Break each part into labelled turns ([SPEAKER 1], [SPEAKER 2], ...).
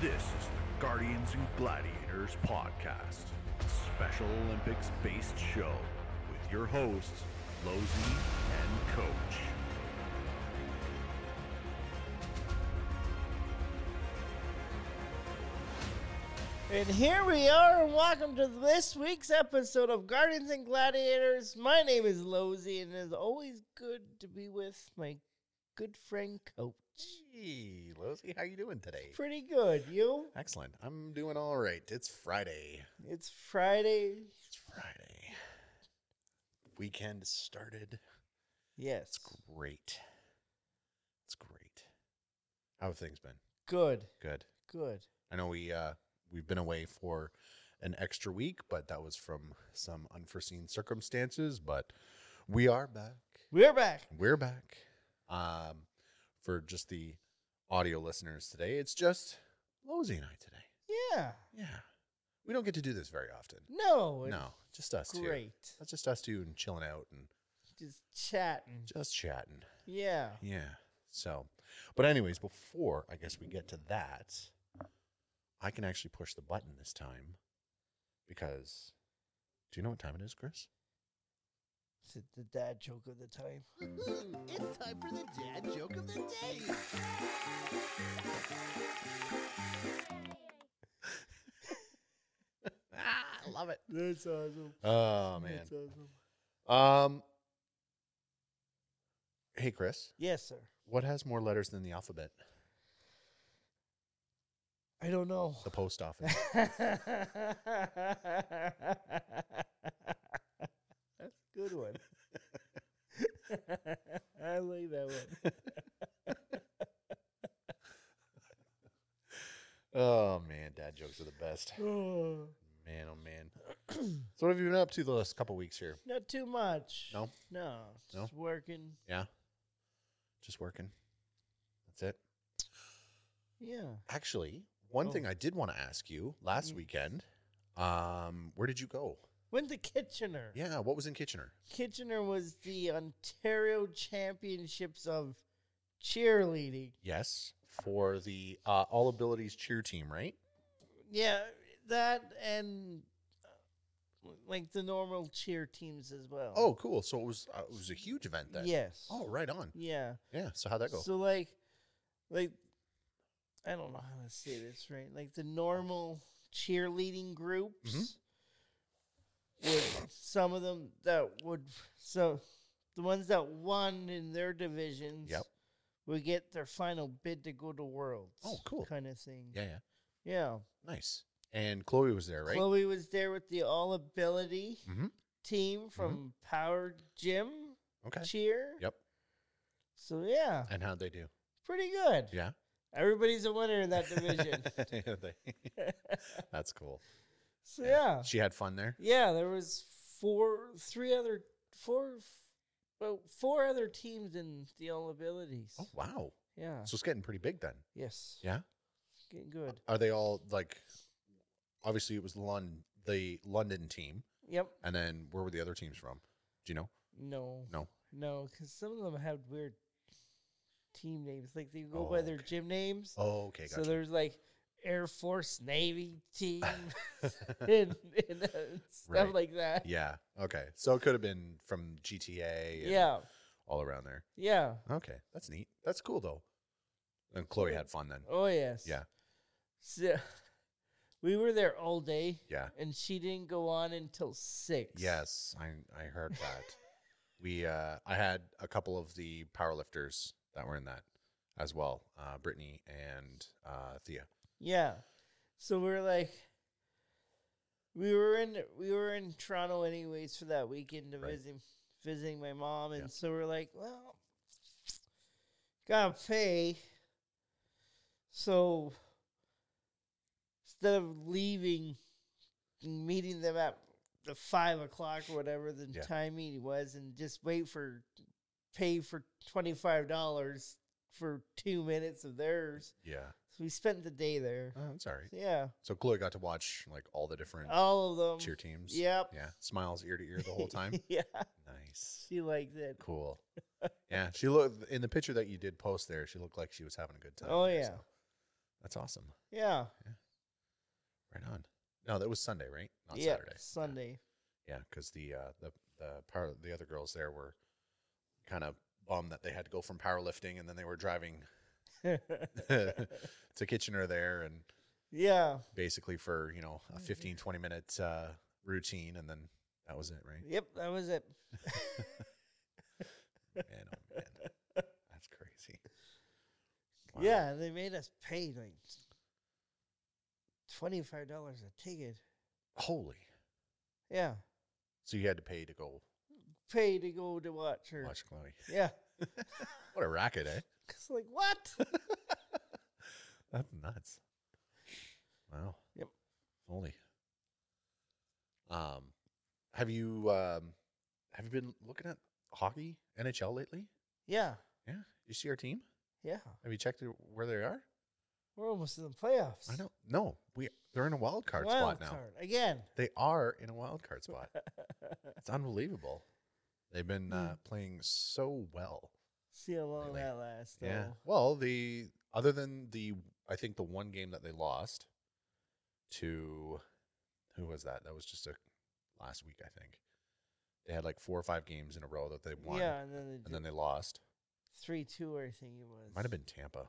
[SPEAKER 1] This is the Guardians and Gladiators podcast, Special Olympics based show with your hosts, Lozy and Coach.
[SPEAKER 2] And here we are, and welcome to this week's episode of Guardians and Gladiators. My name is Lozy, and it's always good to be with my good friend Coach.
[SPEAKER 3] Hey, Losey, how you doing today?
[SPEAKER 2] Pretty good, you?
[SPEAKER 3] Excellent. I'm doing all right. It's Friday.
[SPEAKER 2] It's Friday.
[SPEAKER 3] It's Friday. Weekend started.
[SPEAKER 2] Yes,
[SPEAKER 3] Great. It's great. How have things been?
[SPEAKER 2] good,
[SPEAKER 3] Good.
[SPEAKER 2] good.
[SPEAKER 3] I know we uh we've been away for an extra week, but that was from some unforeseen circumstances, but we are back.
[SPEAKER 2] We're back.
[SPEAKER 3] We're back. Um for just the audio listeners today, it's just Losey and I today.
[SPEAKER 2] Yeah.
[SPEAKER 3] Yeah. We don't get to do this very often.
[SPEAKER 2] No, it's
[SPEAKER 3] No, just us two.
[SPEAKER 2] great.
[SPEAKER 3] That's just us two and chilling out and
[SPEAKER 2] Just chatting.
[SPEAKER 3] just chatting.
[SPEAKER 2] Yeah.
[SPEAKER 3] Yeah. So, but anyways, before I guess we get to that, I can actually push the button this time because do you know what time it is, Chris?
[SPEAKER 2] It's the dad joke of the time.
[SPEAKER 4] It's time for the dad joke of the day.
[SPEAKER 3] Ah, I love it.
[SPEAKER 2] That's awesome.
[SPEAKER 3] Oh man.
[SPEAKER 2] awesome.
[SPEAKER 3] Um Hey Chris,
[SPEAKER 2] Yes, sir.
[SPEAKER 3] what has more letters than the alphabet?
[SPEAKER 2] I don't know.
[SPEAKER 3] The post office.
[SPEAKER 2] That's a good one. I like that one.
[SPEAKER 3] oh man, dad jokes are the best.
[SPEAKER 2] Oh,
[SPEAKER 3] Man, oh man. so what have you been up to the last couple weeks here?
[SPEAKER 2] not too much.
[SPEAKER 3] No?
[SPEAKER 2] No.
[SPEAKER 3] No?
[SPEAKER 2] Just working.
[SPEAKER 3] Yeah. Just working. That's it.
[SPEAKER 2] Yeah.
[SPEAKER 3] Actually, one
[SPEAKER 2] Oh.
[SPEAKER 3] thing I did want to ask you last weekend, um, where did you go?
[SPEAKER 2] Went to Kitchener.
[SPEAKER 3] Yeah, what was in Kitchener?
[SPEAKER 2] Kitchener was the Ontario Championships of cheerleading.
[SPEAKER 3] Yes, for the uh, All Abilities cheer team, right?
[SPEAKER 2] Yeah, that and uh, like the normal cheer teams as well.
[SPEAKER 3] Oh, cool. So it was uh, it was a huge event then.
[SPEAKER 2] yes.
[SPEAKER 3] Oh, right on.
[SPEAKER 2] Yeah.
[SPEAKER 3] Yeah. So how'd that go?
[SPEAKER 2] So like, like, I don't know how to say this right. Like the normal cheerleading groups,
[SPEAKER 3] Mm-hmm.
[SPEAKER 2] would, some of them that would so the ones that won in their divisions,
[SPEAKER 3] Yep.
[SPEAKER 2] would get their final bid to go to Worlds.
[SPEAKER 3] Oh, cool.
[SPEAKER 2] kind of thing.
[SPEAKER 3] yeah, yeah.
[SPEAKER 2] yeah.
[SPEAKER 3] Nice. And Chloe was there, right?
[SPEAKER 2] Chloe was there with the All Ability
[SPEAKER 3] Mhm.
[SPEAKER 2] team from Power Gym
[SPEAKER 3] Okay.
[SPEAKER 2] Cheer.
[SPEAKER 3] Yep.
[SPEAKER 2] So yeah,
[SPEAKER 3] And how'd they do?
[SPEAKER 2] pretty good.
[SPEAKER 3] Yeah.
[SPEAKER 2] Everybody's a winner in that division.
[SPEAKER 3] They- That's cool.
[SPEAKER 2] so yeah.
[SPEAKER 3] She had fun there.
[SPEAKER 2] Yeah, there was four, three other, four, well, four other teams in the all abilities.
[SPEAKER 3] Oh wow.
[SPEAKER 2] Yeah.
[SPEAKER 3] So it's getting pretty big then.
[SPEAKER 2] Yes.
[SPEAKER 3] Yeah.
[SPEAKER 2] Getting good.
[SPEAKER 3] Are they all like? Obviously, it was Lon- the London team,
[SPEAKER 2] Yep.
[SPEAKER 3] and then where were the other teams from? Do you know?
[SPEAKER 2] No.
[SPEAKER 3] No.
[SPEAKER 2] No, because some of them have weird team names. Like they go
[SPEAKER 3] Oh,
[SPEAKER 2] by their
[SPEAKER 3] okay.
[SPEAKER 2] gym names.
[SPEAKER 3] Oh, okay,
[SPEAKER 2] so
[SPEAKER 3] gotcha.
[SPEAKER 2] there's like Air Force Navy team and, and uh, stuff
[SPEAKER 3] Right.
[SPEAKER 2] like that.
[SPEAKER 3] yeah. Okay. So it could have been from GTA. and
[SPEAKER 2] Yeah.
[SPEAKER 3] All around there.
[SPEAKER 2] Yeah.
[SPEAKER 3] Okay, that's neat. That's cool though. And Chloe had fun then.
[SPEAKER 2] Oh, yes.
[SPEAKER 3] Yeah.
[SPEAKER 2] So, we were there all day.
[SPEAKER 3] Yeah.
[SPEAKER 2] And she didn't go on until six.
[SPEAKER 3] Yes, I I heard that. we uh I had a couple of the powerlifters that were in that as well. Uh Brittany and uh Thea.
[SPEAKER 2] Yeah. So we're like we were in we were in Toronto anyways for that weekend to
[SPEAKER 3] Right.
[SPEAKER 2] visit visiting my mom and
[SPEAKER 3] Yeah.
[SPEAKER 2] so we're like, well gotta pay. So instead of leaving and meeting them at the five o'clock or whatever the
[SPEAKER 3] Yeah.
[SPEAKER 2] timing was and just wait for pay for twenty five dollars for two minutes of theirs.
[SPEAKER 3] Yeah.
[SPEAKER 2] So we spent the day there.
[SPEAKER 3] Oh, that's all right.
[SPEAKER 2] Yeah.
[SPEAKER 3] So Chloe got to watch like all the different
[SPEAKER 2] All of them.
[SPEAKER 3] cheer teams.
[SPEAKER 2] Yep.
[SPEAKER 3] Yeah. Smiles ear to ear the whole time.
[SPEAKER 2] yeah.
[SPEAKER 3] nice.
[SPEAKER 2] She liked it.
[SPEAKER 3] Cool. Yeah. She looked in the picture that you did post there, she looked like she was having a good time.
[SPEAKER 2] Oh,
[SPEAKER 3] there,
[SPEAKER 2] yeah.
[SPEAKER 3] so That's awesome.
[SPEAKER 2] Yeah.
[SPEAKER 3] Right on. No, that was Sunday, right? Not
[SPEAKER 2] yeah.
[SPEAKER 3] Saturday.
[SPEAKER 2] Sunday.
[SPEAKER 3] Yeah, because the uh, the the power the other girls there were kind of bummed that they had to go from powerlifting and then they were driving to Kitchener there and
[SPEAKER 2] yeah.
[SPEAKER 3] basically for you know a 15 20 minute uh, routine and then that was it, right?
[SPEAKER 2] Yep. That was it.
[SPEAKER 3] Man, oh man, that's crazy. Wow.
[SPEAKER 2] Yeah. They made us pay like $25 a ticket.
[SPEAKER 3] Holy.
[SPEAKER 2] Yeah.
[SPEAKER 3] So you had to pay to go
[SPEAKER 2] Pay to go to watch her.
[SPEAKER 3] watch Chloe.
[SPEAKER 2] Yeah.
[SPEAKER 3] What a racket, eh?
[SPEAKER 2] It's like, what?
[SPEAKER 3] That's nuts. Wow.
[SPEAKER 2] Yep.
[SPEAKER 3] Holy. Um, have you um, have you been looking at hockey NHL lately?
[SPEAKER 2] yeah.
[SPEAKER 3] Yeah. You see our team?
[SPEAKER 2] Yeah.
[SPEAKER 3] Have you checked it- where they are?
[SPEAKER 2] We're almost in the playoffs.
[SPEAKER 3] I don't. No, we they're in a wild card
[SPEAKER 2] Wild
[SPEAKER 3] spot now.
[SPEAKER 2] card, Again.
[SPEAKER 3] They are in a wild card spot. it's unbelievable. They've been
[SPEAKER 2] Hmm.
[SPEAKER 3] uh, playing so well.
[SPEAKER 2] See how long
[SPEAKER 3] Really?
[SPEAKER 2] that lasts. Though.
[SPEAKER 3] Yeah. Well, the other than the I think the one game that they lost to who was that? That was just a last week, I think. They had like four or five games in a row that they won
[SPEAKER 2] Yeah, and then they
[SPEAKER 3] and then
[SPEAKER 2] did
[SPEAKER 3] they lost.
[SPEAKER 2] three two or thing it was.
[SPEAKER 3] Might have been Tampa.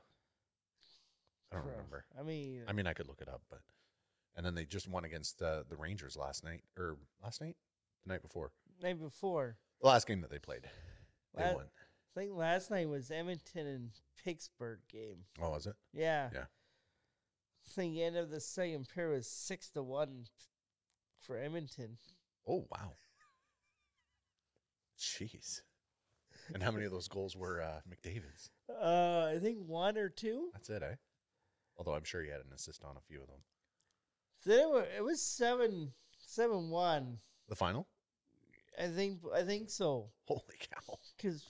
[SPEAKER 3] I don't
[SPEAKER 2] Pro-
[SPEAKER 3] remember.
[SPEAKER 2] I mean,
[SPEAKER 3] I mean, I could look it up, but and then they just won against uh, the Rangers last night or last night, the night before.
[SPEAKER 2] night before.
[SPEAKER 3] The last game that they played. They
[SPEAKER 2] La-
[SPEAKER 3] won.
[SPEAKER 2] I think last night was Edmonton and Pittsburgh game.
[SPEAKER 3] Oh, was it?
[SPEAKER 2] Yeah.
[SPEAKER 3] Yeah.
[SPEAKER 2] I think end of the second period was six to one for Edmonton.
[SPEAKER 3] Oh wow. Jeez. And how many of those goals were uh, McDavid's?
[SPEAKER 2] Uh, I think one or two.
[SPEAKER 3] That's it, eh? Although I'm sure he had an assist on a few of them.
[SPEAKER 2] Then it was, it was seven seven one.
[SPEAKER 3] The final?
[SPEAKER 2] I think I think so.
[SPEAKER 3] Holy cow.
[SPEAKER 2] Cause,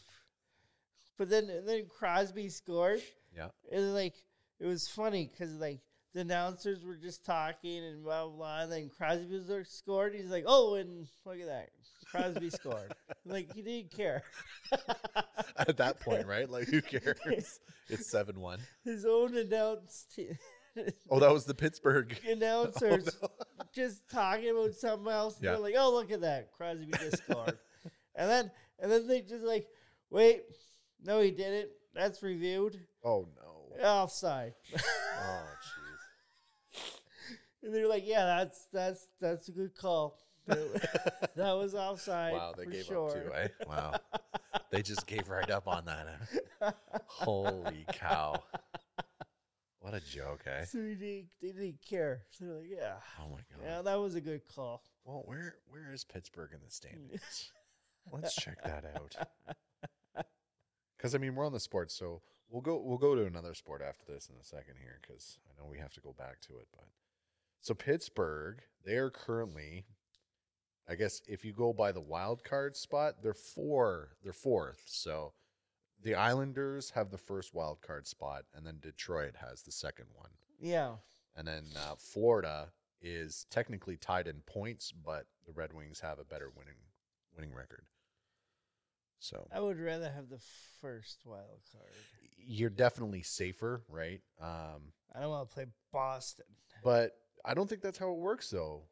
[SPEAKER 2] but then then Crosby scored.
[SPEAKER 3] Yeah.
[SPEAKER 2] it was like it was funny because like the announcers were just talking and blah blah, blah and then Crosby was there, scored. He's like, "Oh, and look at that, Crosby scored." Like he didn't care.
[SPEAKER 3] At that point, right? Like who cares? It's seven one.
[SPEAKER 2] His own announced
[SPEAKER 3] Oh, that was the Pittsburgh.
[SPEAKER 2] announcers just talking about something else.
[SPEAKER 3] Yeah.
[SPEAKER 2] And they're like, "Oh, look at that, Crosby just scored," and then and then they just like, "Wait, no, he didn't. That's reviewed
[SPEAKER 3] Oh no.
[SPEAKER 2] offside."
[SPEAKER 3] Oh jeez.
[SPEAKER 2] And they're like, "Yeah, that's that's that's a good call. that that was offside.
[SPEAKER 3] Wow, they
[SPEAKER 2] for
[SPEAKER 3] gave
[SPEAKER 2] sure.
[SPEAKER 3] up too, eh? Wow. they just gave right up on that. eh? Holy cow. What a joke, eh?
[SPEAKER 2] So they didn't, they didn't care. So they're like, "Yeah,
[SPEAKER 3] Oh my god.
[SPEAKER 2] yeah, that was a good call."
[SPEAKER 3] Well, where where is Pittsburgh in the standings? Let's check that out. Because I mean, we're on the sports, so we'll go we'll go to another sport after this in a second here, because I know we have to go back to it. But so Pittsburgh, they are currently, I guess, if you go by the wild card spot, they're four, they're fourth. So the Islanders have the first wild card spot, and then Detroit has the second one.
[SPEAKER 2] Yeah,
[SPEAKER 3] And then uh, Florida is technically tied in points, but the Red Wings have a better winning winning record. So
[SPEAKER 2] I would rather have the first wild card.
[SPEAKER 3] you're definitely safer, right? Um,
[SPEAKER 2] I don't want to play Boston.
[SPEAKER 3] but I don't think that's how it works, though.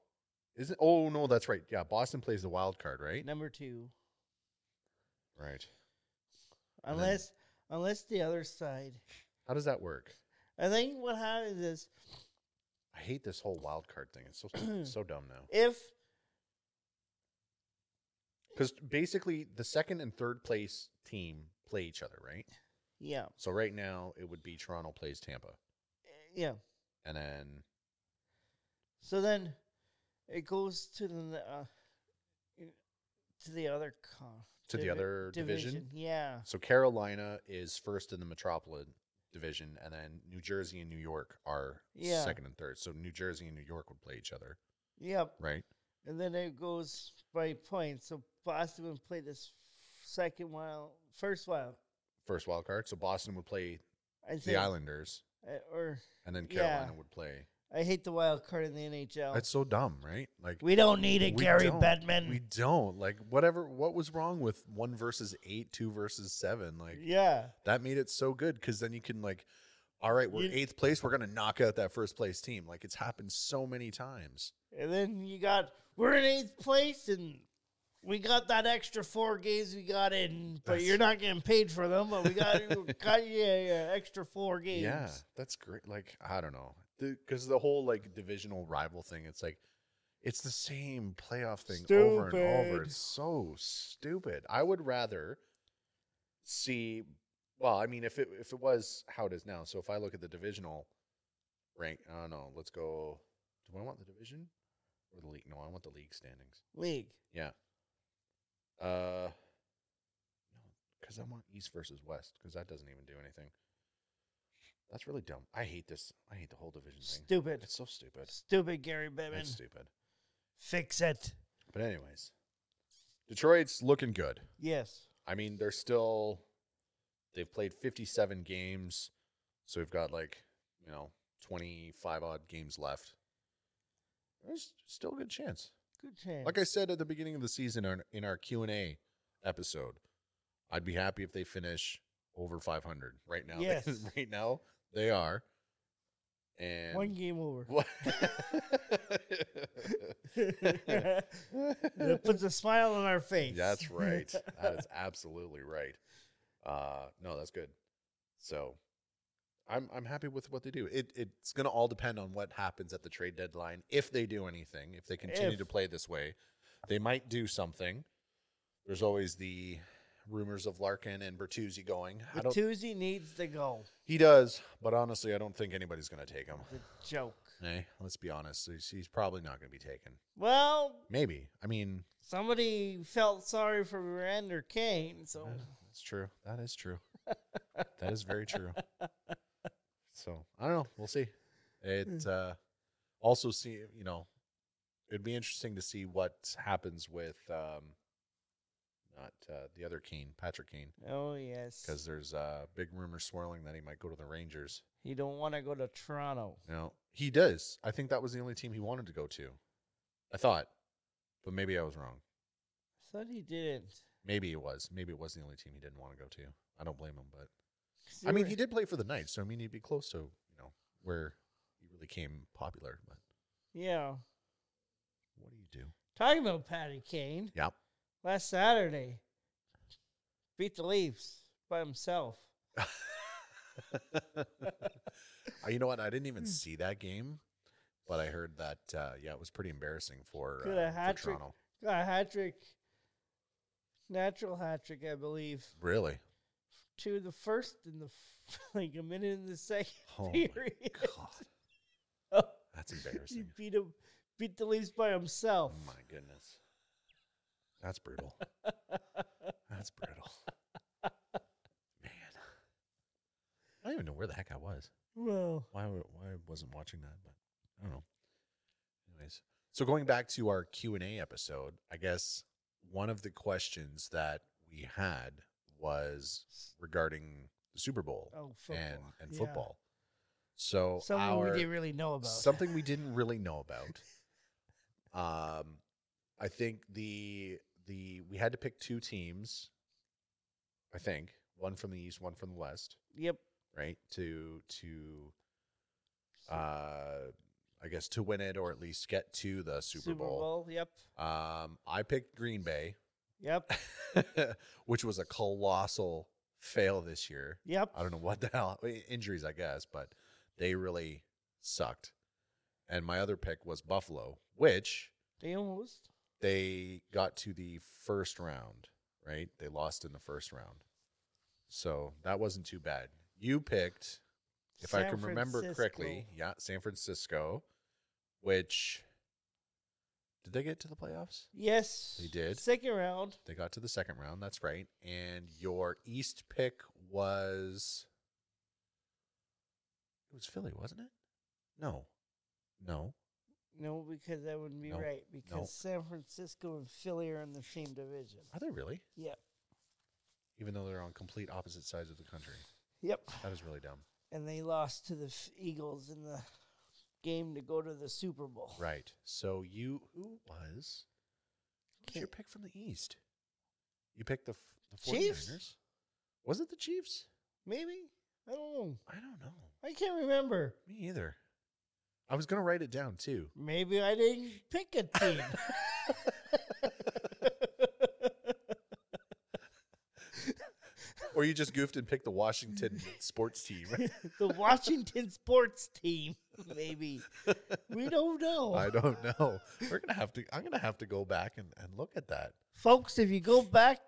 [SPEAKER 3] Isn't? Oh no, that's right. Yeah, Boston plays the wild card, right?
[SPEAKER 2] Number two,
[SPEAKER 3] Right. And then-
[SPEAKER 2] unless unless the other side.
[SPEAKER 3] How does that work?
[SPEAKER 2] I think what happens is
[SPEAKER 3] I hate this whole wild card thing. It's so so dumb now.
[SPEAKER 2] if
[SPEAKER 3] Because basically, the second and third place team play each other, right?
[SPEAKER 2] yeah
[SPEAKER 3] So right now, it would be Toronto plays Tampa,
[SPEAKER 2] yeah,
[SPEAKER 3] and then
[SPEAKER 2] so then it goes to the uh, to the other con
[SPEAKER 3] To the
[SPEAKER 2] divi-
[SPEAKER 3] other division?
[SPEAKER 2] Yeah.
[SPEAKER 3] So Carolina is first in the Metropolitan Division, and then New Jersey and New York are
[SPEAKER 2] Yeah.
[SPEAKER 3] second and third. So New Jersey and New York would play each other,
[SPEAKER 2] Yep.
[SPEAKER 3] right?
[SPEAKER 2] And then it goes by points. So Boston would play this second wild, first wild.
[SPEAKER 3] First wild card. So Boston would play
[SPEAKER 2] I think,
[SPEAKER 3] the Islanders,
[SPEAKER 2] I- or
[SPEAKER 3] and then
[SPEAKER 2] Yeah.
[SPEAKER 3] Carolina would play.
[SPEAKER 2] I hate the wild card in the NHL.
[SPEAKER 3] That's so dumb, right? Like
[SPEAKER 2] we don't need it,
[SPEAKER 3] we
[SPEAKER 2] Gary
[SPEAKER 3] don't-
[SPEAKER 2] Bettman.
[SPEAKER 3] We don't like whatever. What was wrong with one versus eight, two versus seven? Like
[SPEAKER 2] yeah.
[SPEAKER 3] that made it so good because then you can like. all right, we're
[SPEAKER 2] You-
[SPEAKER 3] eighth place. We're going to knock out that first place team. Like it's happened so many times.
[SPEAKER 2] And then you got we're in eighth place, and we got that extra four games we got in, but
[SPEAKER 3] That's-
[SPEAKER 2] you're not getting paid for them. But we got, got yeah, yeah, extra four games.
[SPEAKER 3] Yeah, that's great. Like I don't know, because the, whole like divisional rival thing. It's like it's the same playoff thing over and over.
[SPEAKER 2] Stupid.
[SPEAKER 3] It's so stupid. I would rather see. Well, I mean, if it if it was how it is now, so if I look at the divisional rank, I don't know. Let's go. Do I want the division or the league? No, I want the league standings.
[SPEAKER 2] league.
[SPEAKER 3] Yeah. Uh, no, because I want East versus West because that doesn't even do anything. That's really dumb. I hate this. I hate the whole division thing.
[SPEAKER 2] Stupid,
[SPEAKER 3] It's so stupid.
[SPEAKER 2] stupid Gary
[SPEAKER 3] It's
[SPEAKER 2] Bettman.
[SPEAKER 3] stupid.
[SPEAKER 2] Fix it.
[SPEAKER 3] But anyways, Detroit's looking good.
[SPEAKER 2] Yes.
[SPEAKER 3] I mean, they're still. They've played fifty-seven games, so we've got like you know twenty-five odd games left. There's still a good chance.
[SPEAKER 2] Good chance.
[SPEAKER 3] Like I said at the beginning of the season on- in our Q and A episode, I'd be happy if they finish over 500. Right now, they-
[SPEAKER 2] Yes.
[SPEAKER 3] right now they are. And
[SPEAKER 2] One game over.
[SPEAKER 3] What-
[SPEAKER 2] It puts a smile on our face.
[SPEAKER 3] that's right. That is absolutely right. Uh, no, that's good. So, I'm I'm happy with what they do. It it's going to all depend on what happens at the trade deadline. If they do anything, if they continue
[SPEAKER 2] If.
[SPEAKER 3] to play this way, they might do something. There's always the rumors of Larkin and Bertuzzi going. I don't.
[SPEAKER 2] Bertuzzi needs to go.
[SPEAKER 3] He does, but honestly, I don't think anybody's going to take him.
[SPEAKER 2] The joke.
[SPEAKER 3] Eh, let's be honest. He's, he's probably not going to be taken.
[SPEAKER 2] Well,
[SPEAKER 3] Maybe. I mean,
[SPEAKER 2] somebody felt sorry for Miranda Kane, so
[SPEAKER 3] Yeah, That's true. That is true. that is very true. So I don't know. We'll see. It uh, also see you know, it'd be interesting to see what happens with um, not uh, the other Kane, Patrick Kane,
[SPEAKER 2] oh yes,
[SPEAKER 3] because there's uh, big rumor swirling that he might go to the Rangers.
[SPEAKER 2] he don't want to go to Toronto.
[SPEAKER 3] No, he does. I think that was the only team he wanted to go to. I thought, but maybe I was wrong.
[SPEAKER 2] I thought he didn't.
[SPEAKER 3] Maybe it was. Maybe it was the only team he didn't want to go to. I don't blame him, but
[SPEAKER 2] 'Cause
[SPEAKER 3] I mean,
[SPEAKER 2] were-
[SPEAKER 3] he did play for the Knights, so I mean, he'd be close to you know where he really came popular. But
[SPEAKER 2] Yeah,
[SPEAKER 3] what do you do?
[SPEAKER 2] talking about Patty Kane
[SPEAKER 3] Yeah,
[SPEAKER 2] last Saturday, beat the Leafs by himself.
[SPEAKER 3] Uh, you know what? I didn't
[SPEAKER 2] Hmm.
[SPEAKER 3] even see that game, but I heard that uh, yeah, it was pretty embarrassing for,
[SPEAKER 2] Could a
[SPEAKER 3] uh, for
[SPEAKER 2] hat trick-
[SPEAKER 3] Toronto.
[SPEAKER 2] Got a hat trick, natural hat trick, I believe.
[SPEAKER 3] Really?
[SPEAKER 2] To the first in the f- like a minute in the second
[SPEAKER 3] Oh my
[SPEAKER 2] period.
[SPEAKER 3] God,
[SPEAKER 2] Oh.
[SPEAKER 3] that's
[SPEAKER 2] he
[SPEAKER 3] embarrassing. Oh
[SPEAKER 2] beat him, beat the Leafs by himself.
[SPEAKER 3] My goodness, that's brutal. That's brutal, man. I don't even know where the heck I was.
[SPEAKER 2] Well,
[SPEAKER 3] why wa- why I wasn't watching that, but I don't know. Anyways, so going back to our Q and A episode, I guess one of the questions that we had was regarding the Super Bowl
[SPEAKER 2] oh, football.
[SPEAKER 3] and and
[SPEAKER 2] Yeah.
[SPEAKER 3] football. So
[SPEAKER 2] Something
[SPEAKER 3] our
[SPEAKER 2] we didn't really know about.
[SPEAKER 3] something we didn't really know about. Um, I think the the we had to pick two teams. I think one from the east, one from the west
[SPEAKER 2] Yep.
[SPEAKER 3] right to to uh i guess to win it or at least get to the super, bowl.
[SPEAKER 2] Yep.
[SPEAKER 3] um i picked green bay
[SPEAKER 2] Yep.
[SPEAKER 3] which was a colossal fail this year
[SPEAKER 2] Yep.
[SPEAKER 3] i don't know what the hell i- injuries i guess but they really sucked and my other pick was buffalo which
[SPEAKER 2] They almost.
[SPEAKER 3] they got to the first round, right? They lost in the first round. So that wasn't too bad. You picked, if I
[SPEAKER 2] San
[SPEAKER 3] can remember correctly,
[SPEAKER 2] Francisco.
[SPEAKER 3] yeah, San Francisco, which did they get to the playoffs?
[SPEAKER 2] Yes.
[SPEAKER 3] They did.
[SPEAKER 2] Second round.
[SPEAKER 3] They got to the second round, that's right. And your East pick was it was Philly, wasn't it? No. No.
[SPEAKER 2] No, because that wouldn't be
[SPEAKER 3] No.
[SPEAKER 2] right. Because San Francisco and Philly are in the same division.
[SPEAKER 3] Are they really?
[SPEAKER 2] Yep.
[SPEAKER 3] Even though they're on complete opposite sides of the country.
[SPEAKER 2] Yep.
[SPEAKER 3] That is really dumb.
[SPEAKER 2] And they lost to the F- Eagles in the game to go to the Super Bowl.
[SPEAKER 3] Right. So you who was who's your
[SPEAKER 2] Can't-
[SPEAKER 3] pick from the East? You picked the f- the 49ers?
[SPEAKER 2] Chiefs?
[SPEAKER 3] Was it the Chiefs?
[SPEAKER 2] Maybe. I don't know.
[SPEAKER 3] I don't know.
[SPEAKER 2] I can't remember.
[SPEAKER 3] Me either. I was gonna write it down too.
[SPEAKER 2] Maybe I didn't pick a team.
[SPEAKER 3] Or you just goofed and picked the Washington sports team.
[SPEAKER 2] the Washington sports team, maybe. We don't know.
[SPEAKER 3] I don't know. We're gonna have to. I'm gonna have to go back and, and look at that.
[SPEAKER 2] Folks, if you go back,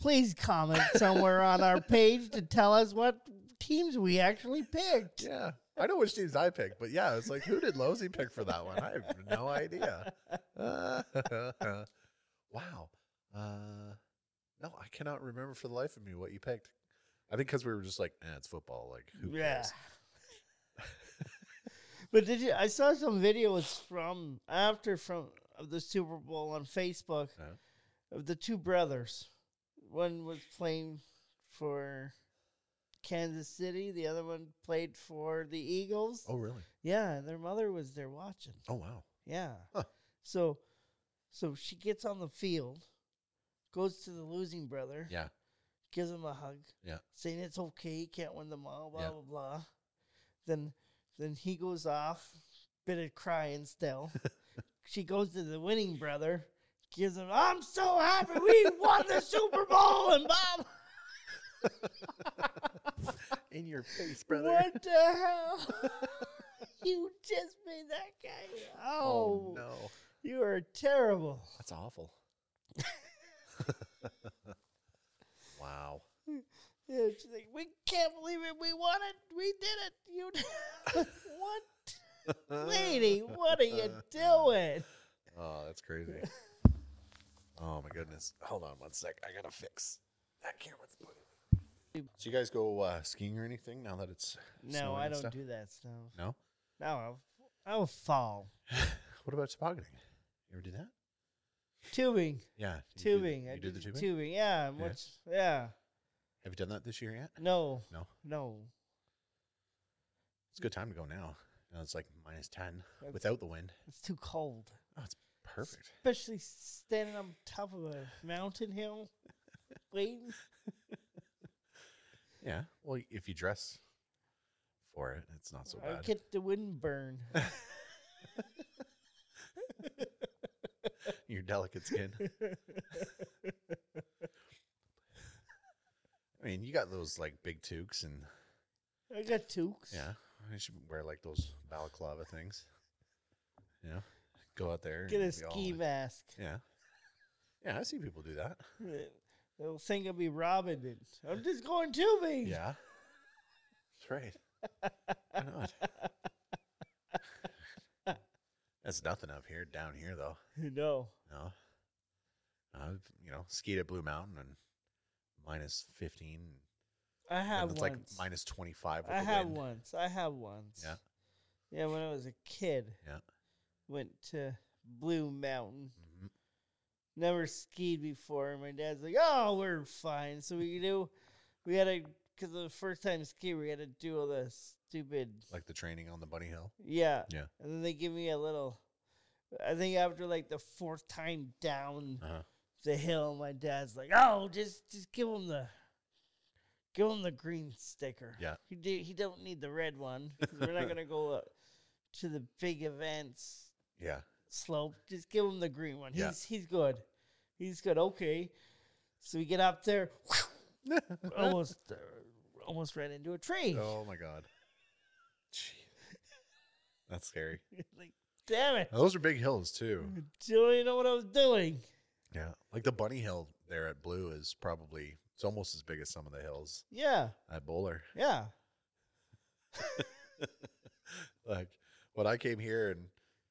[SPEAKER 2] please comment somewhere on our page to tell us what teams we actually picked.
[SPEAKER 3] Yeah, I know which teams I picked, but yeah, it's like who did Losey pick for that one? I have no idea. Uh, wow. Uh, no, I cannot remember for the life of me what you picked. I think because we were just like, eh, it's football. Like, who
[SPEAKER 2] Yeah.
[SPEAKER 3] cares?
[SPEAKER 2] but did you? I saw some videos from after from of the Super Bowl on Facebook
[SPEAKER 3] Huh?
[SPEAKER 2] of the two brothers. One was playing for Kansas City. The other one played for the Eagles.
[SPEAKER 3] Oh, really?
[SPEAKER 2] Yeah, and their mother was there watching.
[SPEAKER 3] Oh, wow.
[SPEAKER 2] Yeah.
[SPEAKER 3] Huh.
[SPEAKER 2] So, so she gets on the field, goes to the losing brother,
[SPEAKER 3] Yeah.
[SPEAKER 2] gives him a hug,
[SPEAKER 3] Yeah.
[SPEAKER 2] saying it's okay, you can't win them all, blah
[SPEAKER 3] Yeah.
[SPEAKER 2] blah blah. Then, then he goes off, bit of crying still. she goes to the winning brother, gives him, I'm so happy we won the Super Bowl, and Bob,
[SPEAKER 3] In your face, brother.
[SPEAKER 2] what the hell? you just made that guy.
[SPEAKER 3] Oh
[SPEAKER 2] Oh,
[SPEAKER 3] no,
[SPEAKER 2] you are terrible.
[SPEAKER 3] that's awful. wow.
[SPEAKER 2] Yeah, she's like, we can't believe it. We won it. We did it. You, what, lady? What are you doing?
[SPEAKER 3] Oh, that's crazy. oh my goodness. Hold on one sec. I gotta fix that camera's pointing. So you guys go uh, skiing or anything now that it's
[SPEAKER 2] No,
[SPEAKER 3] snowing
[SPEAKER 2] I
[SPEAKER 3] and
[SPEAKER 2] don't
[SPEAKER 3] stuff?
[SPEAKER 2] do that stuff.
[SPEAKER 3] No.
[SPEAKER 2] No, I'll, I'll fall.
[SPEAKER 3] What about tobogganing? You ever do that?
[SPEAKER 2] Tubing,
[SPEAKER 3] Yeah. you do-
[SPEAKER 2] tubing.
[SPEAKER 3] You
[SPEAKER 2] I
[SPEAKER 3] do the tubing?
[SPEAKER 2] Yeah,
[SPEAKER 3] Yeah.
[SPEAKER 2] much. Yeah.
[SPEAKER 3] Have you done that this year yet?
[SPEAKER 2] No,
[SPEAKER 3] No.
[SPEAKER 2] no.
[SPEAKER 3] It's a good time to go now. Now it's like minus ten
[SPEAKER 2] That's-
[SPEAKER 3] without the wind.
[SPEAKER 2] It's too cold,
[SPEAKER 3] Oh, it's perfect.
[SPEAKER 2] especially standing on top of a mountain hill, waiting.
[SPEAKER 3] Yeah. Well, if you dress for it, it's not so
[SPEAKER 2] I
[SPEAKER 3] bad.
[SPEAKER 2] get the wind burn.
[SPEAKER 3] Your delicate skin. I mean, you got those like big toques and
[SPEAKER 2] I got toques.
[SPEAKER 3] yeah, I should wear like those balaclava things. You know, go out there.
[SPEAKER 2] Get
[SPEAKER 3] and
[SPEAKER 2] a
[SPEAKER 3] be all,
[SPEAKER 2] ski
[SPEAKER 3] like-
[SPEAKER 2] mask.
[SPEAKER 3] Yeah, yeah, I see people do that.
[SPEAKER 2] They'll think I'll be robbing it. I'm just going tubing.
[SPEAKER 3] Yeah, that's right. Why not? That's nothing up here. Down here, though.
[SPEAKER 2] No.
[SPEAKER 3] No. I've, you know, skied at Blue Mountain and minus 15.
[SPEAKER 2] I
[SPEAKER 3] And
[SPEAKER 2] have
[SPEAKER 3] it's
[SPEAKER 2] once.
[SPEAKER 3] like minus 25 with
[SPEAKER 2] I
[SPEAKER 3] the
[SPEAKER 2] have
[SPEAKER 3] wind.
[SPEAKER 2] once. I have once.
[SPEAKER 3] Yeah.
[SPEAKER 2] Yeah, when I was a kid.
[SPEAKER 3] Yeah.
[SPEAKER 2] Went to Blue Mountain.
[SPEAKER 3] Mhm.
[SPEAKER 2] Never skied before. My dad's like, oh, we're fine. So we do, we had to, because the first time ski, we had to do all the stupid.
[SPEAKER 3] Like the training on the bunny hill.
[SPEAKER 2] Yeah.
[SPEAKER 3] Yeah.
[SPEAKER 2] And then they give me a little, I think after like the fourth time down,
[SPEAKER 3] Uh-huh.
[SPEAKER 2] the hill. My dad's like, "Oh, just just give him the give him the green sticker.
[SPEAKER 3] Yeah.
[SPEAKER 2] he do, he don't need the red one. 'cause we're not gonna go up to the big events
[SPEAKER 3] Yeah.
[SPEAKER 2] slope. Just give him the green one.
[SPEAKER 3] Yeah.
[SPEAKER 2] He's he's good. He's good. Okay, so we get up there, almost uh, almost ran into a tree.
[SPEAKER 3] oh, my God. Gee. That's scary.
[SPEAKER 2] like, damn it!
[SPEAKER 3] Now, those are big hills,
[SPEAKER 2] Mm-hmm.
[SPEAKER 3] too.
[SPEAKER 2] Don't even know what I was doing.
[SPEAKER 3] Yeah. Like the bunny hill there at Blue is probably, it's almost as big as some of the hills
[SPEAKER 2] Yeah,
[SPEAKER 3] at Bowler.
[SPEAKER 2] yeah.
[SPEAKER 3] Like when I came here and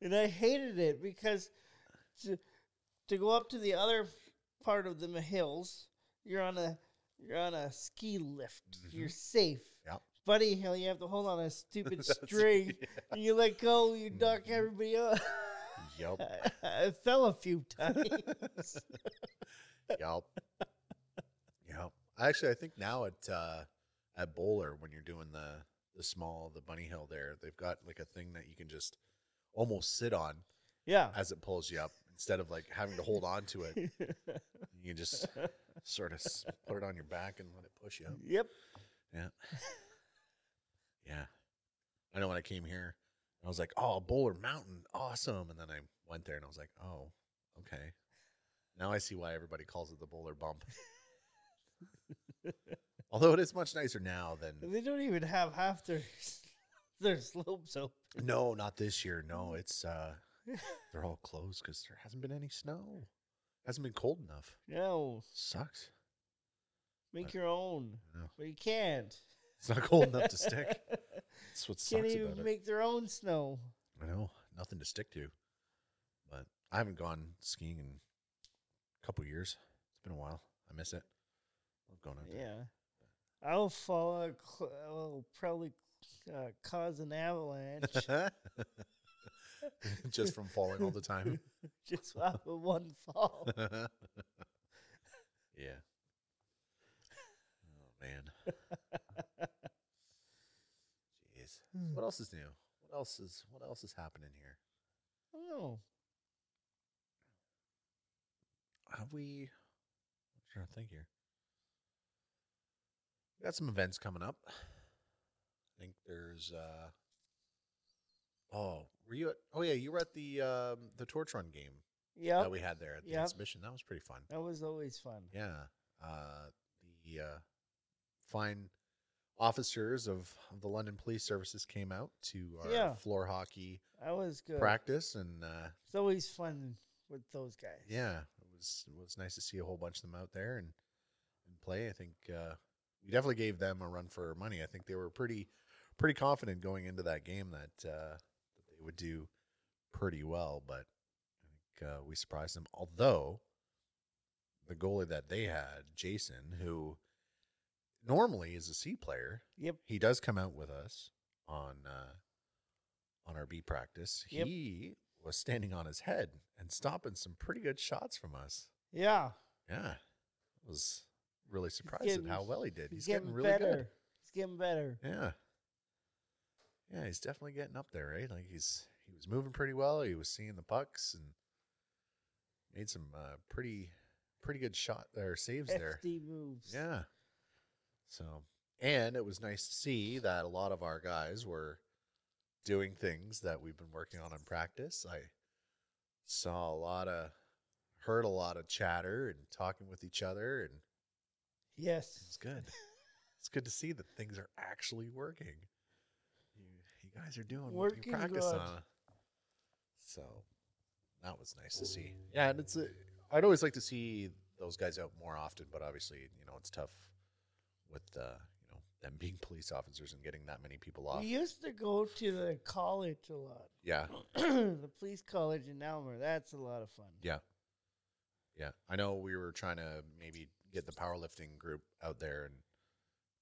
[SPEAKER 2] and I hated it because to, to go up to the other part of the m- hills, you're on a you're on a ski lift.
[SPEAKER 3] Mm-hmm.
[SPEAKER 2] You're safe.
[SPEAKER 3] Yep.
[SPEAKER 2] Bunny hill, you have to hold on a stupid
[SPEAKER 3] That's-
[SPEAKER 2] string.
[SPEAKER 3] yeah.
[SPEAKER 2] and You let go, you knock
[SPEAKER 3] Mhm.
[SPEAKER 2] everybody up.
[SPEAKER 3] Yup.
[SPEAKER 2] I fell a few times.
[SPEAKER 3] Yep. yep. Actually, I think now at uh, at Bowler, when you're doing the the small the bunny hill there, they've got like a thing that you can just almost sit on
[SPEAKER 2] yeah.
[SPEAKER 3] as it pulls you up instead of like having to hold on to it. You can just sort of s- put it on your back and let it push you up.
[SPEAKER 2] yep.
[SPEAKER 3] Yeah. Yeah. I know when I came here, I was like, oh, Bowler Mountain, awesome. And then I went there and I was like, oh, okay. Now I see why everybody calls it the Bowler Bump. Although it is much nicer now than.
[SPEAKER 2] They don't even have half their their slopes open.
[SPEAKER 3] No, not this year. No, it's. uh They're all closed because there hasn't been any snow. Hasn't been cold enough.
[SPEAKER 2] No,
[SPEAKER 3] Sucks.
[SPEAKER 2] make your own,
[SPEAKER 3] No.
[SPEAKER 2] but you can't.
[SPEAKER 3] It's not cold enough to stick. That's what
[SPEAKER 2] Can't
[SPEAKER 3] sucks about
[SPEAKER 2] even
[SPEAKER 3] it.
[SPEAKER 2] make their own snow.
[SPEAKER 3] I know nothing to stick to, but I haven't gone skiing in a couple years. It's been a while. I miss it. Love going out there.
[SPEAKER 2] Yeah, I'll fall. a cl- I'll probably uh, cause an avalanche
[SPEAKER 3] Just from falling all the time.
[SPEAKER 2] just off of one fall.
[SPEAKER 3] yeah. Oh man. Jeez. What else is new? What else is what else is happening here?
[SPEAKER 2] Oh,
[SPEAKER 3] Have we? I'm trying to think here. We got some events coming up. I think there's. uh Oh, were you? At, oh yeah, you were at the um, the torch run game
[SPEAKER 2] yep.
[SPEAKER 3] that we had there at the
[SPEAKER 2] Yep.
[SPEAKER 3] exhibition. That was pretty fun.
[SPEAKER 2] that was always fun.
[SPEAKER 3] Yeah, uh, the uh, fine officers of, of the London Police Services came out to our
[SPEAKER 2] Yeah.
[SPEAKER 3] floor hockey
[SPEAKER 2] That was good.
[SPEAKER 3] practice, and uh,
[SPEAKER 2] It's always fun with those guys.
[SPEAKER 3] yeah, it was it was nice to see a whole bunch of them out there and and play. I think uh, we definitely gave them a run for money. I think they were pretty pretty confident going into that game that uh, that they would do pretty well, but I think uh, we surprised them. Although the goalie that they had, Jason, who normally is a C player,
[SPEAKER 2] Yep.
[SPEAKER 3] he does come out with us on uh, on our B practice.
[SPEAKER 2] Yep.
[SPEAKER 3] He was standing on his head and stopping some pretty good shots from us.
[SPEAKER 2] Yeah.
[SPEAKER 3] Yeah, I was really surprised
[SPEAKER 2] getting-
[SPEAKER 3] at how well he did. He's, getting, really
[SPEAKER 2] better. He's getting better.
[SPEAKER 3] good. Yeah, yeah, he's definitely getting up there, right? Like he's he was moving pretty well. He was seeing the pucks and made some uh, pretty pretty good shot or saves there.
[SPEAKER 2] Hefty moves.
[SPEAKER 3] Yeah. So, and it was nice to see that a lot of our guys were doing things that we've been working on in practice. I saw a lot of, heard a lot of chatter and talking with each other, and
[SPEAKER 2] Yes.
[SPEAKER 3] it's good. it's good to see that things are actually working. You, you guys are doing what
[SPEAKER 2] Working
[SPEAKER 3] you practice
[SPEAKER 2] good.
[SPEAKER 3] on. So, that was nice to see. Yeah, and it's a, I'd always like to see those guys out more often, but obviously, you know, it's tough with uh, you know them being police officers and getting that many people off.
[SPEAKER 2] We used to go to the college a lot,
[SPEAKER 3] Yeah,
[SPEAKER 2] the police college in Elmer. That's a lot of fun.
[SPEAKER 3] yeah, yeah. I know we were trying to maybe get the powerlifting group out there and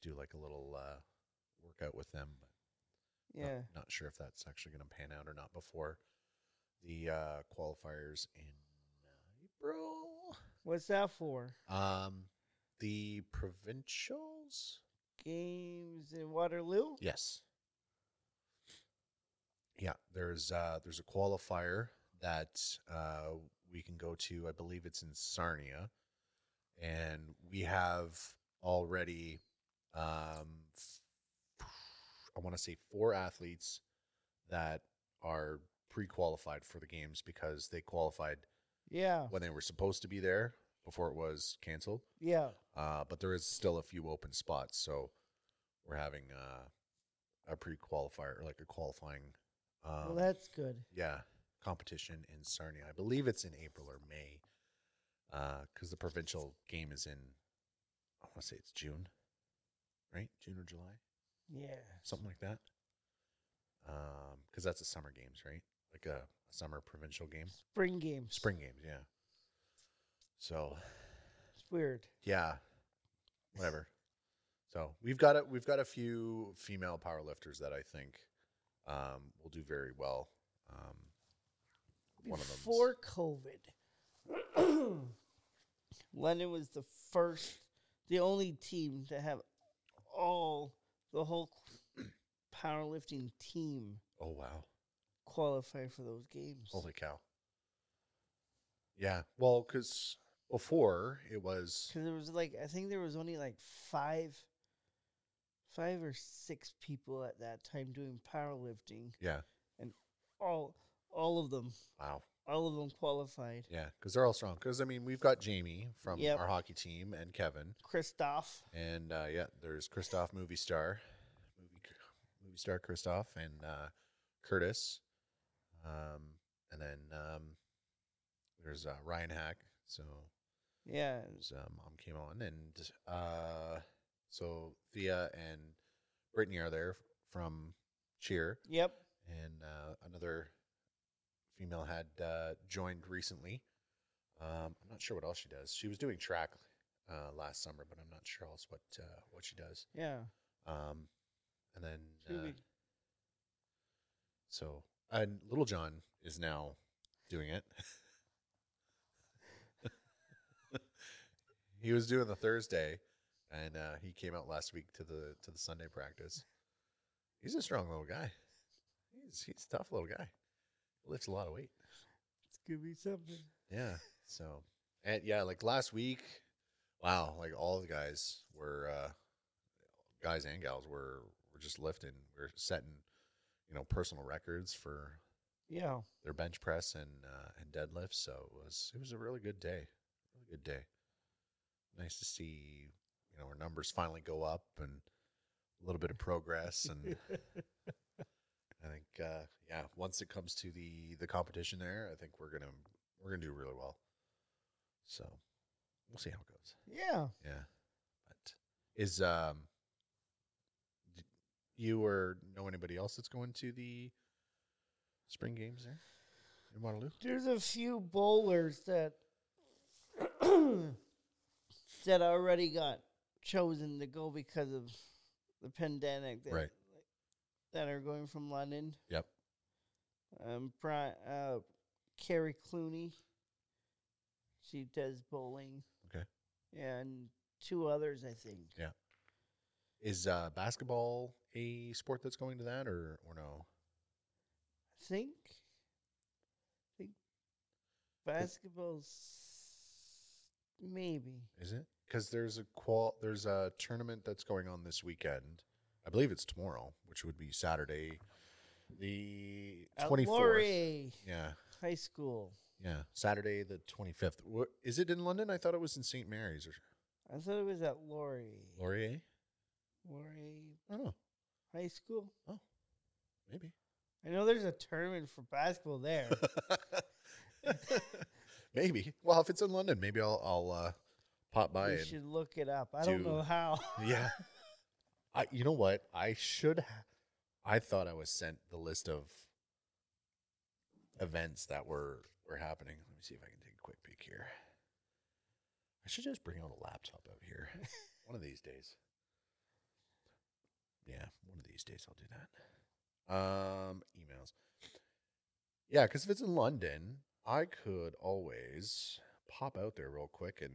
[SPEAKER 3] do like a little uh, workout with them. But
[SPEAKER 2] Yeah.
[SPEAKER 3] not, not sure if that's actually going to pan out or not before the uh, qualifiers in April.
[SPEAKER 2] What's that for?
[SPEAKER 3] Um, the provincials.
[SPEAKER 2] Games in Waterloo?
[SPEAKER 3] Yes. Yeah, there's uh there's a qualifier that uh we can go to. I believe it's in Sarnia. And we have already um f- I want to say four athletes that are pre-qualified for the games because they qualified
[SPEAKER 2] Yeah.
[SPEAKER 3] when they were supposed to be there before it was canceled.
[SPEAKER 2] Yeah.
[SPEAKER 3] Uh, but there is still a few open spots, so we're having uh, a pre-qualifier, or like a qualifying,
[SPEAKER 2] well,
[SPEAKER 3] um,
[SPEAKER 2] that's good.
[SPEAKER 3] yeah, competition in Sarnia. I believe it's in April or May, because the provincial game is in. I want to say it's June, right? June or July,
[SPEAKER 2] Yeah.
[SPEAKER 3] something like that. Because that's the summer games, right? Like a, a summer provincial game,
[SPEAKER 2] Spring games.
[SPEAKER 3] spring games, yeah. So
[SPEAKER 2] It's weird.
[SPEAKER 3] yeah, whatever. So we've got a, we've got a few female powerlifters that I think um, will do very well. Um, one of them.
[SPEAKER 2] Before COVID, London was the first, the only team to have all the whole powerlifting team
[SPEAKER 3] Oh wow!
[SPEAKER 2] qualify for those games.
[SPEAKER 3] Holy cow! Yeah. Well, because before it was
[SPEAKER 2] Because there was like, I think there was only like five five or six people at that time doing powerlifting.
[SPEAKER 3] Yeah.
[SPEAKER 2] All all of them,
[SPEAKER 3] Wow.
[SPEAKER 2] all of them qualified.
[SPEAKER 3] Yeah, because they're all strong. Because I mean, we've got Jamie from
[SPEAKER 2] Yep.
[SPEAKER 3] our hockey team and Kevin,
[SPEAKER 2] Christoph,
[SPEAKER 3] and uh, yeah, there's Christoph, movie star, movie movie star Christoph, and uh, Curtis, um, and then um, there's uh, Ryan Hack. So
[SPEAKER 2] yeah,
[SPEAKER 3] his uh, mom came on, and uh, so Thea and Brittany are there from Cheer,
[SPEAKER 2] yep,
[SPEAKER 3] and uh, another female had uh, joined recently. Um, I'm not sure what else she does. She was doing track uh, last summer, but I'm not sure else what uh, what she does.
[SPEAKER 2] yeah.
[SPEAKER 3] Um, and then
[SPEAKER 2] Should
[SPEAKER 3] uh,
[SPEAKER 2] we-
[SPEAKER 3] so and Little John is now doing it. he was doing the Thursday, and uh, he came out last week to the to the Sunday practice. He's a strong little guy. He's he's a tough little guy. Lifts a lot of weight.
[SPEAKER 2] It's gonna be something.
[SPEAKER 3] Yeah. So and yeah, like last week, wow, like all the guys were uh guys and gals were were just lifting. We are setting, you know, personal records for
[SPEAKER 2] Yeah,
[SPEAKER 3] their bench press and uh and deadlifts. So it was it was a really good day. Really good day. Nice to see, you know, our numbers finally go up and a little bit of progress and I think uh yeah, once it comes to the the competition there, I think we're gonna we're gonna do really well. So we'll see how it goes.
[SPEAKER 2] yeah.
[SPEAKER 3] Yeah. But is um d- you or know anybody else that's going to the spring games there in Waterloo?
[SPEAKER 2] There's a few bowlers that that already got chosen to go because of the pandemic. That,
[SPEAKER 3] Right.
[SPEAKER 2] That are going from London.
[SPEAKER 3] Yep.
[SPEAKER 2] Um, Brian, uh, Carrie Clooney. She does bowling.
[SPEAKER 3] Okay.
[SPEAKER 2] And two others, I think.
[SPEAKER 3] Is uh, basketball a sport that's going to that or or no?
[SPEAKER 2] I think. think basketball's maybe.
[SPEAKER 3] Is it? Because there's a qual there's a tournament that's going on this weekend. I believe it's tomorrow, which would be Saturday, the
[SPEAKER 2] At
[SPEAKER 3] twenty fourth.
[SPEAKER 2] Laurie
[SPEAKER 3] Yeah,
[SPEAKER 2] High School.
[SPEAKER 3] yeah, Saturday the twenty fifth. Is it in London? I thought it was in St. Mary's or
[SPEAKER 2] I thought it was at Laurie.
[SPEAKER 3] Laurier.
[SPEAKER 2] Laurie
[SPEAKER 3] I don't know.
[SPEAKER 2] High School.
[SPEAKER 3] Maybe.
[SPEAKER 2] I know there's a tournament for basketball there.
[SPEAKER 3] maybe. Well, if it's in London, maybe I'll I'll uh, pop by
[SPEAKER 2] we
[SPEAKER 3] and
[SPEAKER 2] should look it up. I don't
[SPEAKER 3] do-
[SPEAKER 2] know how.
[SPEAKER 3] Yeah. I you know what? I should ha- I thought I was sent the list of events that were were happening. Let me see if I can take a quick peek here. I should just bring out a laptop out here one of these days. Yeah, one of these days I'll do that. Um emails. Yeah, cuz if it's in London, I could always pop out there real quick and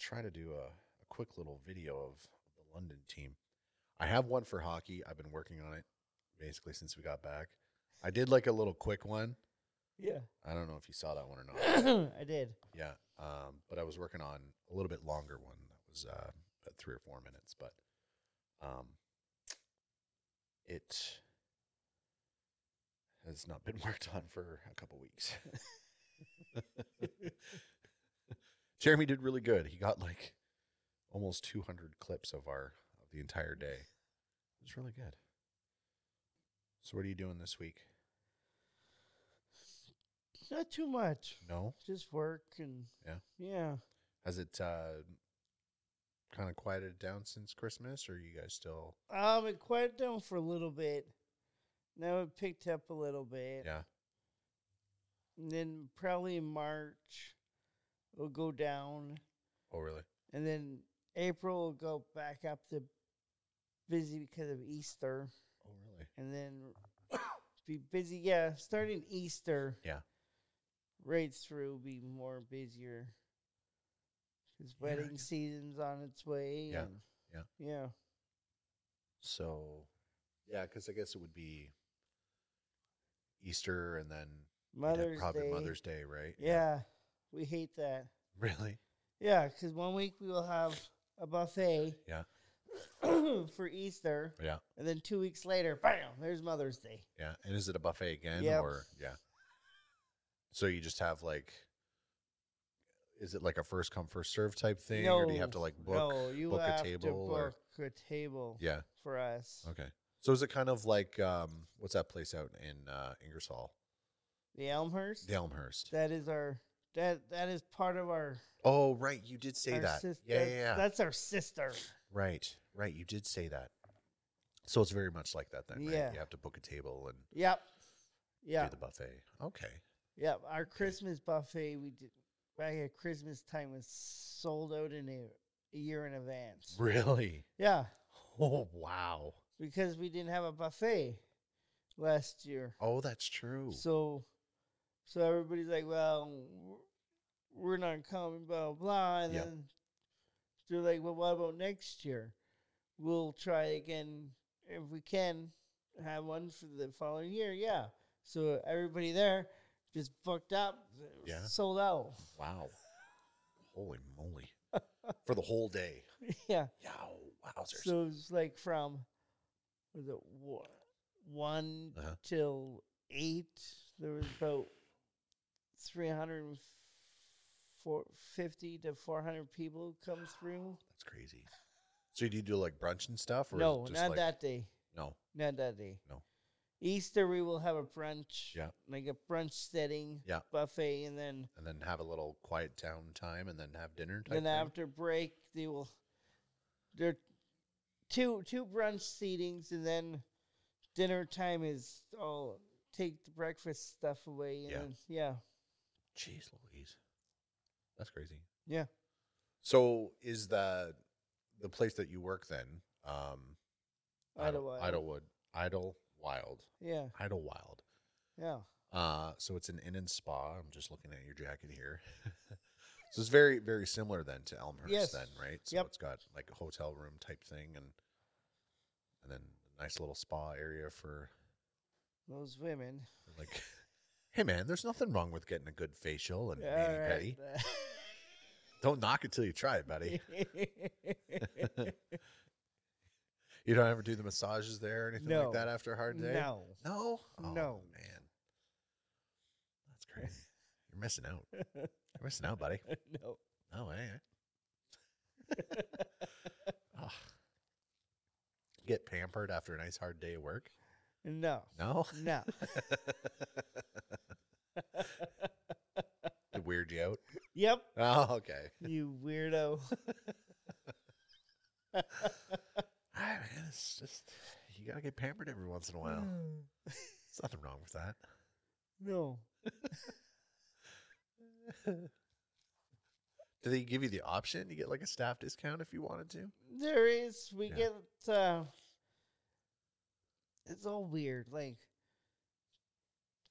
[SPEAKER 3] try to do a, a quick little video of the London team. I have one for hockey. I've been working on it basically since we got back. I did like a little quick one.
[SPEAKER 2] yeah.
[SPEAKER 3] I don't know if you saw that one or not.
[SPEAKER 2] I did.
[SPEAKER 3] Yeah. Um, but I was working on a little bit longer one that was uh, about three or four minutes, but um, it has not been worked on for a couple weeks. Jeremy did really good. He got like almost 200 clips of our of the entire day. It was really good. So what are you doing this week?
[SPEAKER 2] Not too much.
[SPEAKER 3] No.
[SPEAKER 2] Just work and
[SPEAKER 3] Yeah.
[SPEAKER 2] Yeah.
[SPEAKER 3] Has it uh, kind of quieted down since Christmas, or are you guys still?
[SPEAKER 2] Um, it quieted down for a little bit. Now it picked up a little bit.
[SPEAKER 3] Yeah.
[SPEAKER 2] And then probably in March it'll go down.
[SPEAKER 3] Oh, really?
[SPEAKER 2] And then April will go back up to busy because of Easter.
[SPEAKER 3] Oh, really?
[SPEAKER 2] And then be busy. Yeah, starting Easter.
[SPEAKER 3] Yeah.
[SPEAKER 2] Right through be more busier. Because
[SPEAKER 3] Yeah, I
[SPEAKER 2] wedding season's on its way.
[SPEAKER 3] Yeah,
[SPEAKER 2] and-
[SPEAKER 3] yeah.
[SPEAKER 2] Yeah.
[SPEAKER 3] So, yeah, because I guess it would be Easter and then you'd have
[SPEAKER 2] Mother's
[SPEAKER 3] probably
[SPEAKER 2] Day.
[SPEAKER 3] Mother's Day, right?
[SPEAKER 2] Yeah, we hate that.
[SPEAKER 3] Really?
[SPEAKER 2] Yeah, because one week we will have a buffet.
[SPEAKER 3] Yeah.
[SPEAKER 2] for Easter,
[SPEAKER 3] Yeah.
[SPEAKER 2] and then two weeks later, bam, there's Mother's Day.
[SPEAKER 3] Yeah. And is it a buffet again
[SPEAKER 2] Yep.
[SPEAKER 3] or yeah? So you just have like is it like a first come first serve type thing or do you have to
[SPEAKER 2] No,
[SPEAKER 3] like book
[SPEAKER 2] no, you
[SPEAKER 3] book a
[SPEAKER 2] have to
[SPEAKER 3] table or-
[SPEAKER 2] book a table
[SPEAKER 3] Yeah.
[SPEAKER 2] for us.
[SPEAKER 3] Okay. So is it kind of like um what's that place out in uh Ingersoll?
[SPEAKER 2] The Elmhurst.
[SPEAKER 3] The Elmhurst.
[SPEAKER 2] That is our that that is part of our
[SPEAKER 3] Oh right, you did say
[SPEAKER 2] our
[SPEAKER 3] that.
[SPEAKER 2] sis-
[SPEAKER 3] yeah,
[SPEAKER 2] that-
[SPEAKER 3] yeah, yeah.
[SPEAKER 2] That's our sister.
[SPEAKER 3] Right, right. You did say that. So it's very much like that then, right?
[SPEAKER 2] Yeah.
[SPEAKER 3] You have to book a table and
[SPEAKER 2] Yep. Yeah.
[SPEAKER 3] do the buffet. Okay.
[SPEAKER 2] Yep. Our Christmas buffet we did back at Christmas time was sold out in a, a year in advance.
[SPEAKER 3] Really?
[SPEAKER 2] Yeah.
[SPEAKER 3] Oh wow.
[SPEAKER 2] Because we didn't have a buffet last year.
[SPEAKER 3] Oh, that's true.
[SPEAKER 2] So, so everybody's like, well, w- we're not coming, blah, blah, blah. And
[SPEAKER 3] Yeah.
[SPEAKER 2] then they're like, well, what about next year? We'll try again if we can have one for the following year. Yeah. So everybody there just booked up,
[SPEAKER 3] Yeah.
[SPEAKER 2] sold out.
[SPEAKER 3] wow. Holy moly. For the whole day.
[SPEAKER 2] yeah.
[SPEAKER 3] Yeah. Wowzers.
[SPEAKER 2] So it's like from, was it wa- one
[SPEAKER 3] Uh-huh.
[SPEAKER 2] till eight? There was about 350 to 400 people come through.
[SPEAKER 3] that's crazy. So do you do like brunch and stuff? Or is
[SPEAKER 2] No,
[SPEAKER 3] it just
[SPEAKER 2] not
[SPEAKER 3] like-
[SPEAKER 2] that day.
[SPEAKER 3] No.
[SPEAKER 2] Not that day.
[SPEAKER 3] No.
[SPEAKER 2] Easter, we will have a brunch.
[SPEAKER 3] Yeah.
[SPEAKER 2] Like a brunch setting.
[SPEAKER 3] Yeah.
[SPEAKER 2] Buffet. And then,
[SPEAKER 3] And then have a little quiet town time and then have dinner type
[SPEAKER 2] then
[SPEAKER 3] thing?
[SPEAKER 2] after break, they will, there two, two brunch seatings. And then dinner time is all take the breakfast stuff away. And
[SPEAKER 3] Yeah.
[SPEAKER 2] Then, yeah.
[SPEAKER 3] Jeez Louise. That's crazy.
[SPEAKER 2] Yeah.
[SPEAKER 3] So is the the place that you work then? Um
[SPEAKER 2] Idlewild.
[SPEAKER 3] Idlewood. Idle Wild.
[SPEAKER 2] Yeah.
[SPEAKER 3] Idle Wild.
[SPEAKER 2] Yeah.
[SPEAKER 3] Uh so it's an inn and spa. I'm just looking at your jacket here. so it's very, very similar then to Elmhurst
[SPEAKER 2] Yes.
[SPEAKER 3] then, right? So
[SPEAKER 2] Yep.
[SPEAKER 3] it's got like a hotel room type thing and and then a nice little spa area for
[SPEAKER 2] Those women.
[SPEAKER 3] for, like Hey man, there's nothing wrong with getting a good facial and
[SPEAKER 2] All
[SPEAKER 3] mani
[SPEAKER 2] right.
[SPEAKER 3] pedi. Don't knock it till you try it, buddy. You don't ever do the massages there or anything
[SPEAKER 2] No.
[SPEAKER 3] like that after a hard day?
[SPEAKER 2] no.
[SPEAKER 3] No? Oh,
[SPEAKER 2] No.
[SPEAKER 3] Man. That's crazy. You're missing out. You're missing out, buddy.
[SPEAKER 2] no.
[SPEAKER 3] No way. eh? Ugh. Get pampered after a nice hard day of work?
[SPEAKER 2] No.
[SPEAKER 3] No?
[SPEAKER 2] No.
[SPEAKER 3] It weird you out?
[SPEAKER 2] Yep.
[SPEAKER 3] Oh, okay.
[SPEAKER 2] You weirdo.
[SPEAKER 3] Ah, man, it's just, you got to get pampered every once in a while. There's nothing wrong with that.
[SPEAKER 2] No.
[SPEAKER 3] Do they give you the option? You get like a staff discount if you wanted to?
[SPEAKER 2] There is. We
[SPEAKER 3] Yeah.
[SPEAKER 2] get. Uh, it's all weird. Like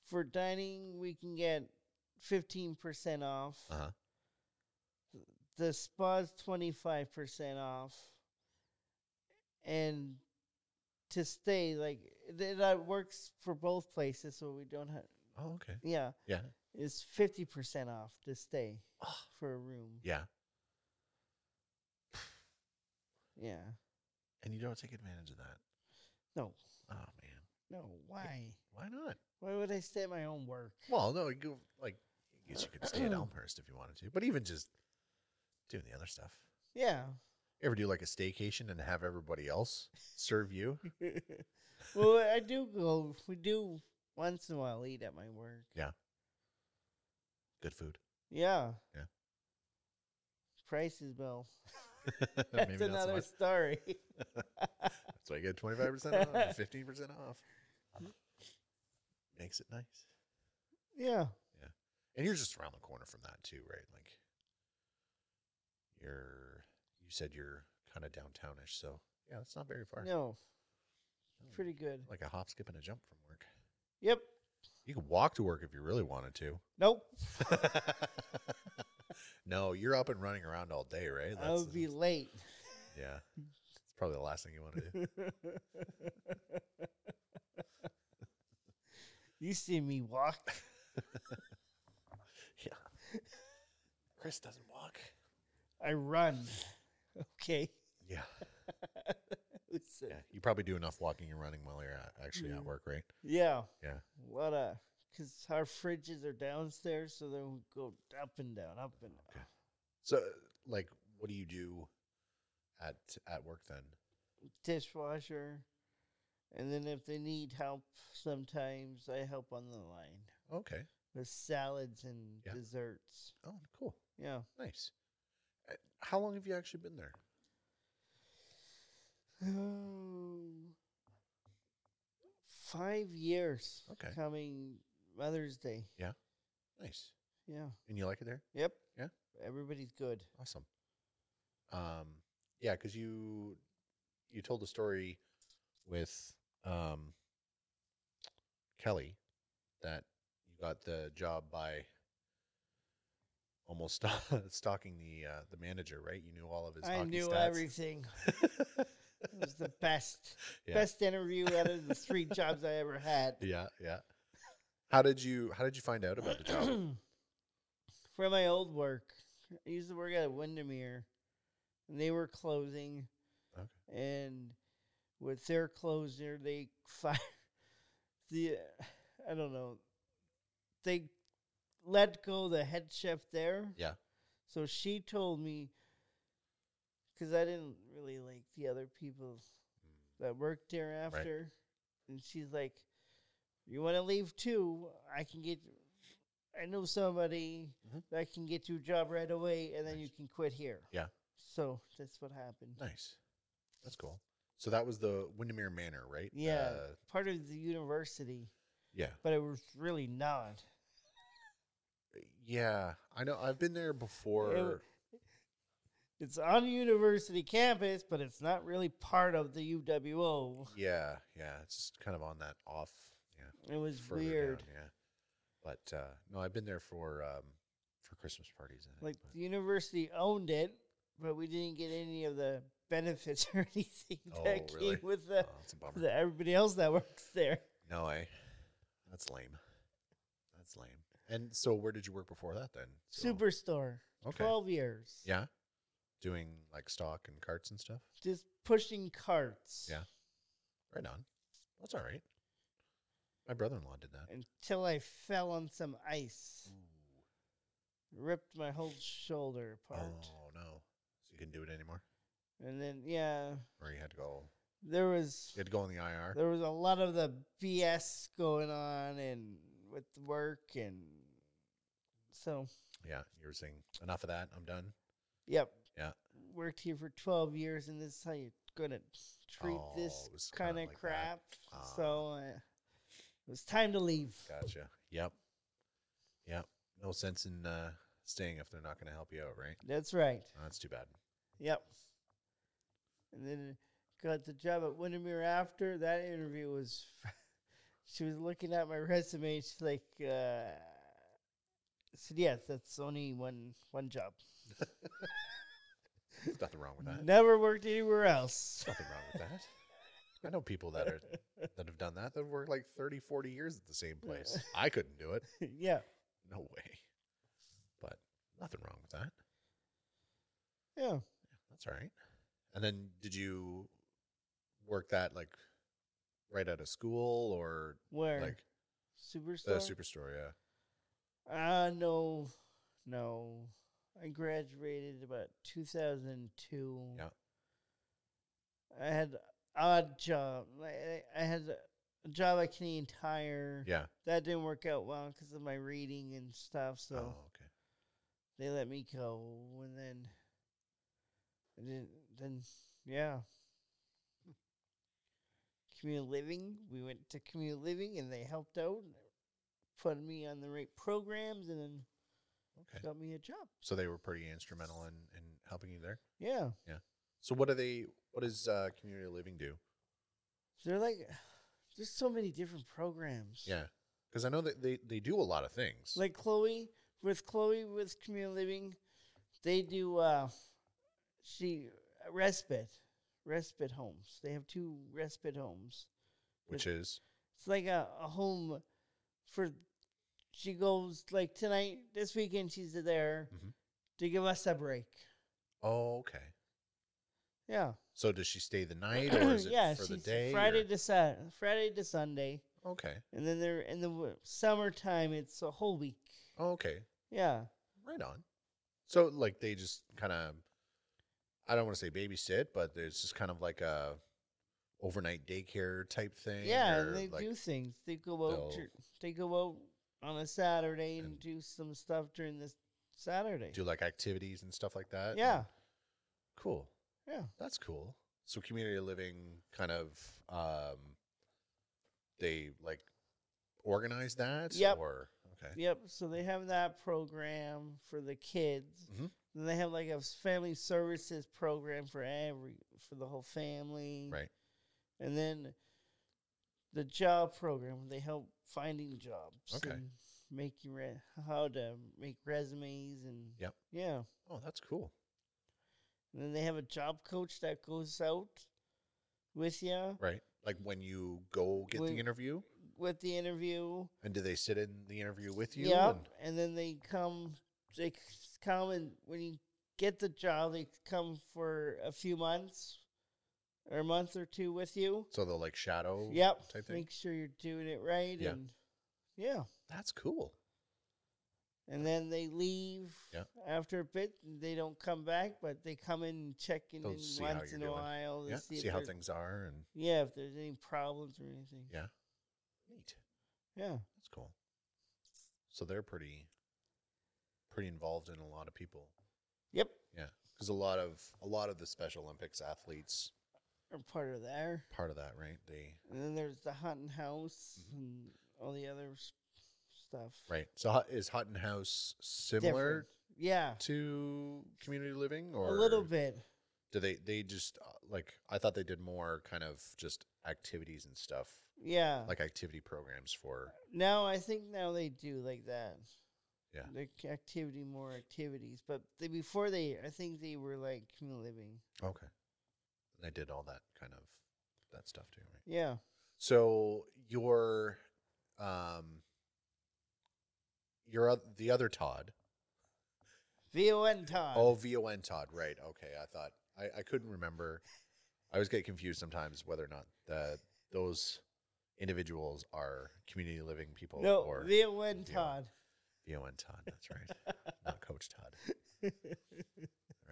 [SPEAKER 2] for dining, we can get fifteen percent off.
[SPEAKER 3] Uh huh.
[SPEAKER 2] the spa's 25% off and to stay like th- that works for both places so we don't have
[SPEAKER 3] Oh, okay.
[SPEAKER 2] yeah
[SPEAKER 3] Yeah.
[SPEAKER 2] it's 50% off to stay
[SPEAKER 3] Oh,
[SPEAKER 2] for a room
[SPEAKER 3] yeah.
[SPEAKER 2] yeah
[SPEAKER 3] And you don't take advantage of that.
[SPEAKER 2] no
[SPEAKER 3] Oh, man.
[SPEAKER 2] no why
[SPEAKER 3] Why not?
[SPEAKER 2] why would i stay at my own work
[SPEAKER 3] Well, no, you go like I guess you could stay at Elmhurst if you wanted to, but even just doing the other stuff.
[SPEAKER 2] yeah
[SPEAKER 3] You ever do like a staycation and have everybody else serve you?
[SPEAKER 2] well i do go we do once in a while eat at my work
[SPEAKER 3] Good food.
[SPEAKER 2] yeah
[SPEAKER 3] Yeah.
[SPEAKER 2] price is well that's
[SPEAKER 3] Maybe not so
[SPEAKER 2] another
[SPEAKER 3] much.
[SPEAKER 2] story
[SPEAKER 3] That's why you get twenty five percent off, fifteen percent off. Makes it nice.
[SPEAKER 2] yeah
[SPEAKER 3] And you're just around the corner from that too, right? Like you're you said you're kind of downtownish, so yeah, it's not very far.
[SPEAKER 2] No.
[SPEAKER 3] Oh.
[SPEAKER 2] Pretty good.
[SPEAKER 3] Like a hop, skip, and a jump from work.
[SPEAKER 2] Yep.
[SPEAKER 3] You could walk to work if you really wanted to.
[SPEAKER 2] Nope.
[SPEAKER 3] no, you're up and running around all day, right?
[SPEAKER 2] I would be late.
[SPEAKER 3] yeah. It's probably the last thing you want to do.
[SPEAKER 2] you see me walk.
[SPEAKER 3] yeah. Chris doesn't walk.
[SPEAKER 2] I run. Okay.
[SPEAKER 3] Yeah.
[SPEAKER 2] person.
[SPEAKER 3] Yeah, you probably do enough walking and running while you're at, actually at
[SPEAKER 2] Mhm.
[SPEAKER 3] work, right?
[SPEAKER 2] Yeah.
[SPEAKER 3] Yeah.
[SPEAKER 2] What a. Because our fridges are downstairs, so then we go up and down, up and down.
[SPEAKER 3] So, like, what do you do at at work then?
[SPEAKER 2] Dishwasher. And then if they need help, sometimes I help on the line
[SPEAKER 3] Okay.
[SPEAKER 2] with salads and
[SPEAKER 3] Yeah.
[SPEAKER 2] desserts.
[SPEAKER 3] Oh, cool.
[SPEAKER 2] Yeah.
[SPEAKER 3] Nice. Uh, How long have you actually been there?
[SPEAKER 2] Five years.
[SPEAKER 3] Okay.
[SPEAKER 2] Coming Mother's Day.
[SPEAKER 3] Nice.
[SPEAKER 2] Yeah.
[SPEAKER 3] And you like it there?
[SPEAKER 2] Yep.
[SPEAKER 3] Yeah.
[SPEAKER 2] Everybody's good.
[SPEAKER 3] Awesome. Um, yeah, because you you told the story with um Kelly that you got the job by almost stalking the uh, the manager, right? You knew all of his.
[SPEAKER 2] I
[SPEAKER 3] hockey
[SPEAKER 2] knew
[SPEAKER 3] stats.
[SPEAKER 2] everything. It was the best,
[SPEAKER 3] Yeah.
[SPEAKER 2] best interview out of the three jobs I ever had.
[SPEAKER 3] yeah, yeah. How did you How did you find out about the job?
[SPEAKER 2] From my old work, I used to work at Windermere, and they were closing.
[SPEAKER 3] Okay.
[SPEAKER 2] And with their closure, they fired the. I don't know. They let go the head chef there.
[SPEAKER 3] Yeah.
[SPEAKER 2] So she told me, because I didn't really like the other people that worked there after. And she's like, You want to leave too? I can get, I know somebody
[SPEAKER 3] Mhm.
[SPEAKER 2] that can get you a job right away, and then you can quit here.
[SPEAKER 3] Yeah.
[SPEAKER 2] So that's what happened.
[SPEAKER 3] Nice, that's cool. So that was the Windermere Manor, right?
[SPEAKER 2] Yeah.
[SPEAKER 3] Uh,
[SPEAKER 2] Part of the university,
[SPEAKER 3] yeah.
[SPEAKER 2] but it was really not.
[SPEAKER 3] Yeah, I know. I've been there before.
[SPEAKER 2] It's on a university campus, but it's not really part of the UWO.
[SPEAKER 3] yeah, yeah. It's just kind of on that off. Yeah,
[SPEAKER 2] It was
[SPEAKER 3] further down,
[SPEAKER 2] weird.
[SPEAKER 3] yeah, but uh, no, I've been there for um, for Christmas parties. I think,
[SPEAKER 2] Like
[SPEAKER 3] but-
[SPEAKER 2] the university owned it, but we didn't get any of the benefits or anything
[SPEAKER 3] Oh,
[SPEAKER 2] that
[SPEAKER 3] really?
[SPEAKER 2] came with the,
[SPEAKER 3] oh, that's a bummer.
[SPEAKER 2] the everybody else that works there.
[SPEAKER 3] no way. That's lame. That's lame. And so, where did you work before that then? So-
[SPEAKER 2] Superstore,
[SPEAKER 3] Okay.
[SPEAKER 2] twelve years.
[SPEAKER 3] Yeah, doing like stock and carts and stuff.
[SPEAKER 2] just pushing carts.
[SPEAKER 3] Yeah. Right on. That's all right. My brother-in-law did that.
[SPEAKER 2] until I fell on some ice, ripped my whole shoulder apart,
[SPEAKER 3] Oh no! So you couldn't do it anymore,
[SPEAKER 2] and then yeah,
[SPEAKER 3] or you had to go.
[SPEAKER 2] there was
[SPEAKER 3] You had to go on the IR.
[SPEAKER 2] there was a lot of the BS going on and with work and so
[SPEAKER 3] Yeah, you were saying enough of that. I'm done.
[SPEAKER 2] yep
[SPEAKER 3] Yeah.
[SPEAKER 2] worked here for 12 years and this is how you're gonna treat
[SPEAKER 3] Oh,
[SPEAKER 2] this
[SPEAKER 3] it was kinda
[SPEAKER 2] kind of
[SPEAKER 3] like that.
[SPEAKER 2] crap
[SPEAKER 3] Ah.
[SPEAKER 2] so uh, it was time to leave
[SPEAKER 3] Gotcha. Yep. Yep. No sense in uh, staying if they're not going to help you out, right?
[SPEAKER 2] that's right
[SPEAKER 3] Oh, that's too bad.
[SPEAKER 2] Yep. And then got the job at Windermere after. That interview was, she was looking at my resume. and She's like, uh, I said, yes, that's only one one job.
[SPEAKER 3] There's nothing wrong with that.
[SPEAKER 2] Never worked anywhere else.
[SPEAKER 3] Nothing wrong with that. I know people that are that have done that that have worked like 30, 40 years at the same place. I couldn't do it.
[SPEAKER 2] yeah.
[SPEAKER 3] No way. But nothing wrong with that.
[SPEAKER 2] Yeah.
[SPEAKER 3] That's all right. And then did you work that like right out of school or
[SPEAKER 2] Where?
[SPEAKER 3] like the
[SPEAKER 2] Superstore?
[SPEAKER 3] superstore? Yeah.
[SPEAKER 2] uh, no. No. I graduated about 2002.
[SPEAKER 3] Yeah.
[SPEAKER 2] I had odd job. I, I I had a job at Canadian Tire.
[SPEAKER 3] Yeah.
[SPEAKER 2] that didn't work out well because of my reading and stuff. So
[SPEAKER 3] oh, okay.
[SPEAKER 2] they let me go, and then, and then, then yeah. Community living. We went to community living, and they helped out, and put me on the right programs, and then
[SPEAKER 3] Okay.
[SPEAKER 2] got me a job.
[SPEAKER 3] So they were pretty instrumental in, in helping you there.
[SPEAKER 2] Yeah,
[SPEAKER 3] So what are they? What does uh, community living do?
[SPEAKER 2] they're like, there's so many different programs.
[SPEAKER 3] Yeah, because I know that they, they do a lot of things.
[SPEAKER 2] like Chloe with Chloe with community living, they do uh she uh, respite respite homes. They have two respite homes.
[SPEAKER 3] which is
[SPEAKER 2] It's like a, a home for she goes like tonight this
[SPEAKER 3] Mm-hmm.
[SPEAKER 2] weekend she's there
[SPEAKER 3] Mhm.
[SPEAKER 2] to give us a break.
[SPEAKER 3] oh okay.
[SPEAKER 2] Yeah.
[SPEAKER 3] So does she stay the night or is it
[SPEAKER 2] yeah,
[SPEAKER 3] for the
[SPEAKER 2] she's
[SPEAKER 3] day?
[SPEAKER 2] Friday
[SPEAKER 3] or-
[SPEAKER 2] to Sun, Friday to Sunday,
[SPEAKER 3] Okay.
[SPEAKER 2] and then they're in the w- summertime. It's a whole week.
[SPEAKER 3] Oh, okay.
[SPEAKER 2] Yeah,
[SPEAKER 3] Right on. So like they just kind of, I don't want to say babysit, but it's just kind of like a overnight daycare type thing.
[SPEAKER 2] yeah.
[SPEAKER 3] or
[SPEAKER 2] And they
[SPEAKER 3] like-
[SPEAKER 2] do things. They go out.
[SPEAKER 3] they'll-
[SPEAKER 2] To, they go out on a Saturday and,
[SPEAKER 3] And-
[SPEAKER 2] do some stuff during this Saturday.
[SPEAKER 3] do like activities and stuff like that.
[SPEAKER 2] yeah,
[SPEAKER 3] Cool.
[SPEAKER 2] yeah.
[SPEAKER 3] That's cool. So community living kind of um they like organize that
[SPEAKER 2] Yep.
[SPEAKER 3] or okay.
[SPEAKER 2] Yep. So they have that program for the kids.
[SPEAKER 3] Mhm.
[SPEAKER 2] Then they have like a s- family services program for every for the whole family.
[SPEAKER 3] Right.
[SPEAKER 2] And then the job program. They help finding jobs.
[SPEAKER 3] Okay.
[SPEAKER 2] And making re- how to make resumes and
[SPEAKER 3] Yep.
[SPEAKER 2] yeah.
[SPEAKER 3] Oh, that's cool.
[SPEAKER 2] And then they have a job coach that goes out with you
[SPEAKER 3] Right. Like when you go get
[SPEAKER 2] When-
[SPEAKER 3] the interview
[SPEAKER 2] with the interview.
[SPEAKER 3] and do they sit in the interview with you?
[SPEAKER 2] Yep.
[SPEAKER 3] and-
[SPEAKER 2] And then they come, they c- come and when you get the job, they come for a few months or a month or two with you.
[SPEAKER 3] so they'll like shadow
[SPEAKER 2] Yep.
[SPEAKER 3] type thing.
[SPEAKER 2] Make sure you're doing it right.
[SPEAKER 3] Yeah.
[SPEAKER 2] And yeah.
[SPEAKER 3] That's cool.
[SPEAKER 2] And then they leave
[SPEAKER 3] Yeah.
[SPEAKER 2] after a bit. and They don't come back, but they come in checking
[SPEAKER 3] They'll
[SPEAKER 2] in
[SPEAKER 3] see how
[SPEAKER 2] once
[SPEAKER 3] you're
[SPEAKER 2] in a
[SPEAKER 3] doing.
[SPEAKER 2] while. to
[SPEAKER 3] Yeah.
[SPEAKER 2] if
[SPEAKER 3] See, how
[SPEAKER 2] there-
[SPEAKER 3] things are and
[SPEAKER 2] Yeah, if there's any problems or anything.
[SPEAKER 3] yeah. Neat.
[SPEAKER 2] Yeah.
[SPEAKER 3] That's cool. So they're pretty pretty involved in a lot of people.
[SPEAKER 2] Yep.
[SPEAKER 3] Yeah, because a lot of a lot of the Special Olympics athletes
[SPEAKER 2] Or part of there.
[SPEAKER 3] part of that, right? They
[SPEAKER 2] And then there's the hunting house and all the other s- stuff.
[SPEAKER 3] Mm-hmm. right. So Hut- is Hutton House similar
[SPEAKER 2] Different. Yeah.
[SPEAKER 3] to community living, or
[SPEAKER 2] a little bit.
[SPEAKER 3] Do they they just uh, like I thought they did more kind of just activities and stuff
[SPEAKER 2] Yeah.
[SPEAKER 3] like activity programs for
[SPEAKER 2] now I think now they do like that.
[SPEAKER 3] Yeah.
[SPEAKER 2] Like activity, more activities. But they, before they, I think they were like community living.
[SPEAKER 3] okay. They did all that kind of that stuff too, right?
[SPEAKER 2] Yeah.
[SPEAKER 3] So your um your oth- the other Todd
[SPEAKER 2] VON Todd.
[SPEAKER 3] Oh, VON Todd, right. Okay. I thought I, I couldn't remember. I always get confused sometimes whether or not the, those individuals are community living people
[SPEAKER 2] no,
[SPEAKER 3] or
[SPEAKER 2] VON
[SPEAKER 3] VON.
[SPEAKER 2] Todd.
[SPEAKER 3] VON Todd. That's right. not Coach Todd. All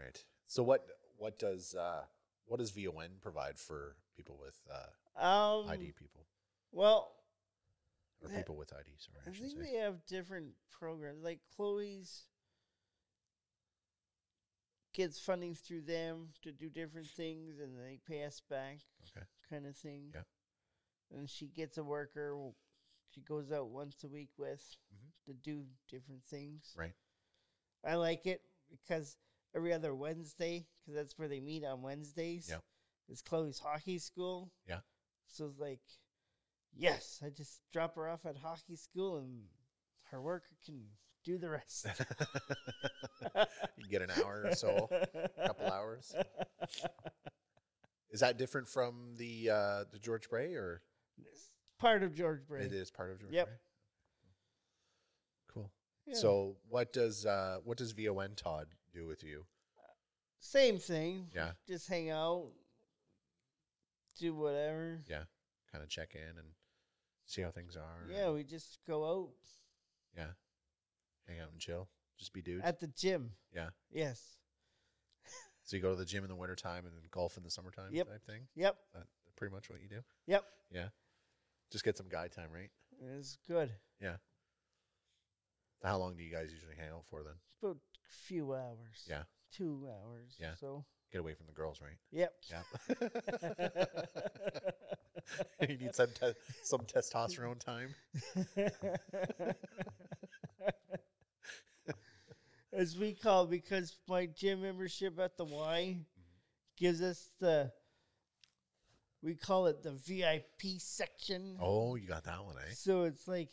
[SPEAKER 3] right. So what what does uh, what does VON provide for people with uh,
[SPEAKER 2] Um,
[SPEAKER 3] ID people
[SPEAKER 2] Well,
[SPEAKER 3] or
[SPEAKER 2] that-
[SPEAKER 3] people with ID? Sorry, I,
[SPEAKER 2] I
[SPEAKER 3] should
[SPEAKER 2] think
[SPEAKER 3] say.
[SPEAKER 2] they have different programs. Like Chloe's gets funding through them to do different things, and they pay us back,
[SPEAKER 3] Okay.
[SPEAKER 2] kind of thing.
[SPEAKER 3] Yeah.
[SPEAKER 2] And she gets a worker. w- She goes out once a week with
[SPEAKER 3] Mhm.
[SPEAKER 2] to do different things.
[SPEAKER 3] Right.
[SPEAKER 2] I like it because every other Wednesday, because that's where they meet on Wednesdays.
[SPEAKER 3] Yep.
[SPEAKER 2] It's Chloe's hockey school.
[SPEAKER 3] Yeah.
[SPEAKER 2] So it's like, yes, I just drop her off at hockey school and her worker can do the rest.
[SPEAKER 3] you can get an hour or so, a couple hours. Is that different from the uh, the George Bray or
[SPEAKER 2] Part of George Bray.
[SPEAKER 3] It is part of George
[SPEAKER 2] Yep.
[SPEAKER 3] Gray? Cool.
[SPEAKER 2] Yeah.
[SPEAKER 3] So what does uh what does VON Todd do with you?
[SPEAKER 2] same thing.
[SPEAKER 3] Yeah.
[SPEAKER 2] Just hang out, do whatever.
[SPEAKER 3] Yeah. Kind of check in and see how things are.
[SPEAKER 2] Yeah,
[SPEAKER 3] and-
[SPEAKER 2] we just go
[SPEAKER 3] yeah. Hang out and chill. Just be dudes.
[SPEAKER 2] out at the gym.
[SPEAKER 3] yeah.
[SPEAKER 2] Yes.
[SPEAKER 3] So you go to the gym in the wintertime and then golf in the summertime
[SPEAKER 2] Yep.
[SPEAKER 3] type thing.
[SPEAKER 2] Yep.
[SPEAKER 3] That pretty much what you do.
[SPEAKER 2] Yep.
[SPEAKER 3] Yeah. Just get some guy time, right?
[SPEAKER 2] It's good.
[SPEAKER 3] Yeah. How long do you guys usually hang out for then?
[SPEAKER 2] About a few hours.
[SPEAKER 3] Yeah.
[SPEAKER 2] Two hours.
[SPEAKER 3] Yeah.
[SPEAKER 2] So,
[SPEAKER 3] Get away from the girls, right?
[SPEAKER 2] yep.
[SPEAKER 3] Yeah. you need some te- some testosterone time.
[SPEAKER 2] As we call it, because my gym membership at the Y
[SPEAKER 3] Mm-hmm.
[SPEAKER 2] gives us the we call it the VIP section.
[SPEAKER 3] Oh, you got that one, eh?
[SPEAKER 2] So it's like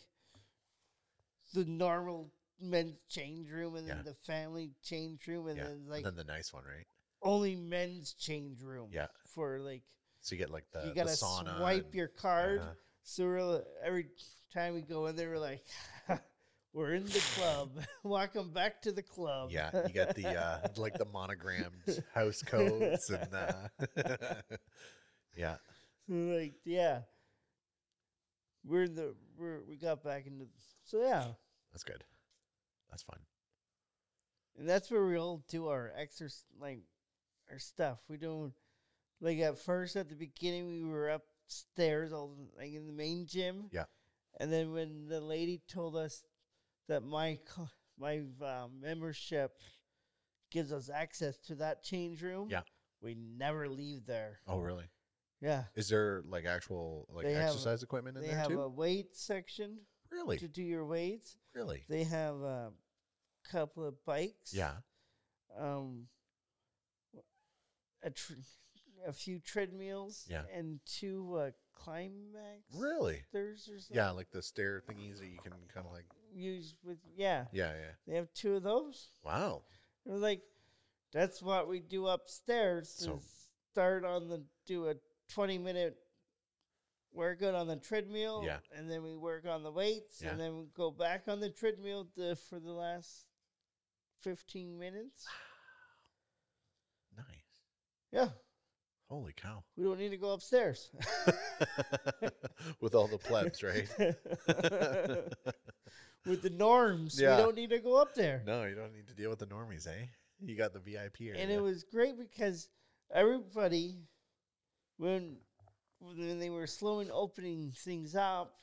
[SPEAKER 2] the normal men's change room and
[SPEAKER 3] Yeah.
[SPEAKER 2] then the family change room and
[SPEAKER 3] yeah.
[SPEAKER 2] then like
[SPEAKER 3] and then the nice one, right?
[SPEAKER 2] only men's change room.
[SPEAKER 3] Yeah.
[SPEAKER 2] For like
[SPEAKER 3] So you get like the,
[SPEAKER 2] you gotta
[SPEAKER 3] the sauna.
[SPEAKER 2] swipe
[SPEAKER 3] and-
[SPEAKER 2] your card.
[SPEAKER 3] uh-huh.
[SPEAKER 2] So we're, li- every time we go in there, we're like, We're in the club. Welcome back to the club.
[SPEAKER 3] Yeah, you got the uh like the monogrammed house coats and uh Yeah.
[SPEAKER 2] like yeah. We're in the we're we got back into so yeah.
[SPEAKER 3] That's good. That's fun.
[SPEAKER 2] And that's where we all do our exercise, like our stuff. We don't like at first at the beginning we were upstairs, all like in the main gym.
[SPEAKER 3] Yeah.
[SPEAKER 2] And then when the lady told us that my co- my uh, membership gives us access to that change room,
[SPEAKER 3] Yeah.
[SPEAKER 2] we never leave there.
[SPEAKER 3] Oh really?
[SPEAKER 2] Yeah.
[SPEAKER 3] Is there like actual like
[SPEAKER 2] They have a-
[SPEAKER 3] exercise equipment in
[SPEAKER 2] They
[SPEAKER 3] there
[SPEAKER 2] have a
[SPEAKER 3] too?
[SPEAKER 2] weight section
[SPEAKER 3] Really?
[SPEAKER 2] to do your weights.
[SPEAKER 3] Really?
[SPEAKER 2] They have a couple of bikes.
[SPEAKER 3] Yeah.
[SPEAKER 2] um, a tr- a few treadmills
[SPEAKER 3] Yeah.
[SPEAKER 2] and two uh, climax
[SPEAKER 3] Really?
[SPEAKER 2] there's or something
[SPEAKER 3] Yeah, like the stair thingies that you can kind of like
[SPEAKER 2] used with yeah
[SPEAKER 3] Yeah, yeah.
[SPEAKER 2] they have two of those
[SPEAKER 3] Wow.
[SPEAKER 2] and we're like that's what we do upstairs
[SPEAKER 3] So-
[SPEAKER 2] is start on the do a 20 minute workout on the treadmill
[SPEAKER 3] Yeah.
[SPEAKER 2] and then we work on the weights
[SPEAKER 3] Yeah.
[SPEAKER 2] and then we go back on the treadmill to, for the last 15 minutes
[SPEAKER 3] Nice.
[SPEAKER 2] yeah
[SPEAKER 3] Holy cow.
[SPEAKER 2] we don't need to go upstairs
[SPEAKER 3] With all the plebs, right?
[SPEAKER 2] With the norms,
[SPEAKER 3] Yeah.
[SPEAKER 2] we don't need to go up there.
[SPEAKER 3] no, you don't need to deal with the normies, eh? You got the VIP area.
[SPEAKER 2] and it was great because everybody, when when they were slowing opening things up,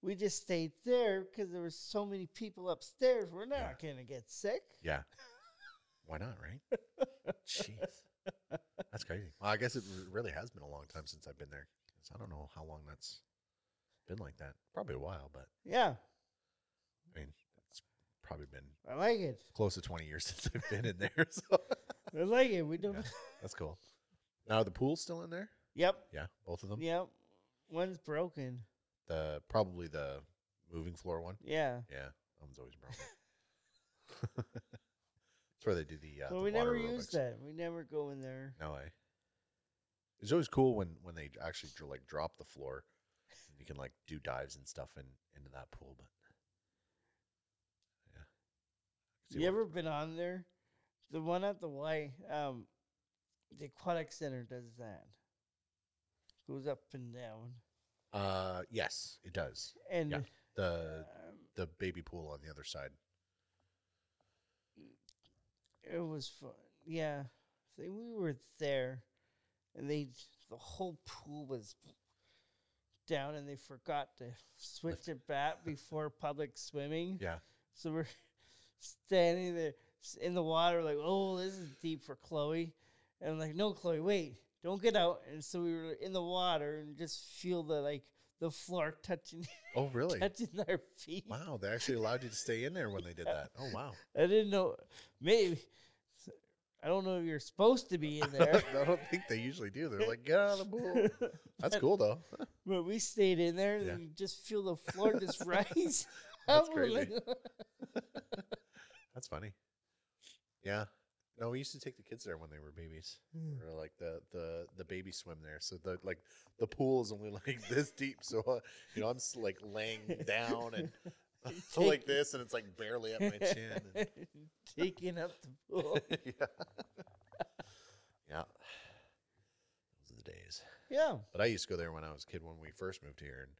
[SPEAKER 2] we just stayed there because there were so many people upstairs. We're not
[SPEAKER 3] Yeah.
[SPEAKER 2] gonna get sick.
[SPEAKER 3] Yeah. Why not, right? Jeez. That's crazy. Well, I guess it r- really has been a long time since I've been there. 'Cause I don't know how long that's been like that. Probably a while, but
[SPEAKER 2] Yeah,
[SPEAKER 3] I mean, it's probably been
[SPEAKER 2] I like it.
[SPEAKER 3] close to 20 years since I've been in there. So
[SPEAKER 2] I like it. We don't.
[SPEAKER 3] Yeah. that's cool. Now, are the pool's still in there?
[SPEAKER 2] Yep.
[SPEAKER 3] Yeah, both of them.
[SPEAKER 2] Yep. One's broken.
[SPEAKER 3] The Probably the moving floor one.
[SPEAKER 2] Yeah.
[SPEAKER 3] Yeah, that one's always broken. That's where they do the. Uh,
[SPEAKER 2] so
[SPEAKER 3] the
[SPEAKER 2] we never
[SPEAKER 3] water
[SPEAKER 2] use
[SPEAKER 3] aerobics.
[SPEAKER 2] that. We never go in there.
[SPEAKER 3] No way. It's always cool when when they actually dr- like drop the floor, and you can like do dives and stuff in into that pool. But yeah, I can see
[SPEAKER 2] You
[SPEAKER 3] why-
[SPEAKER 2] ever been on there? The one at the Y, um, the aquatic center does that. Goes up and down,
[SPEAKER 3] Uh, yes, it does.
[SPEAKER 2] and
[SPEAKER 3] Yeah. uh, The
[SPEAKER 2] um,
[SPEAKER 3] the baby pool on the other side.
[SPEAKER 2] it was fun. Yeah, I think we were there, and they the whole pool was down, and they forgot to switch it back before public swimming.
[SPEAKER 3] Yeah.
[SPEAKER 2] So we're standing there s- in the water, like, oh, this is deep for Chloe. And I'm like, no, Chloe, wait, don't get out. And so we were in the water and just feel the like the floor touching
[SPEAKER 3] Oh, really?
[SPEAKER 2] touching our feet.
[SPEAKER 3] Wow, they actually allowed you to stay in there when they did that. Oh, wow.
[SPEAKER 2] I didn't know maybe I don't know if you're supposed to be in there.
[SPEAKER 3] I don't think they usually do. They're like, get out of the pool. That's cool though.
[SPEAKER 2] but we stayed in there and
[SPEAKER 3] Yeah.
[SPEAKER 2] you just feel the floor just rise.
[SPEAKER 3] That's
[SPEAKER 2] up. We're like,
[SPEAKER 3] That's funny. Yeah. No, we used to take the kids there when they were babies. Or like the the the baby swim there. So the like the pool is only like this deep. So uh, you know I'm s like laying down and like this, and it's like barely up my chin. and-
[SPEAKER 2] Taking up the pool.
[SPEAKER 3] yeah. Yeah. Those are the days.
[SPEAKER 2] Yeah.
[SPEAKER 3] But I used to go there when I was a kid when we first moved here, and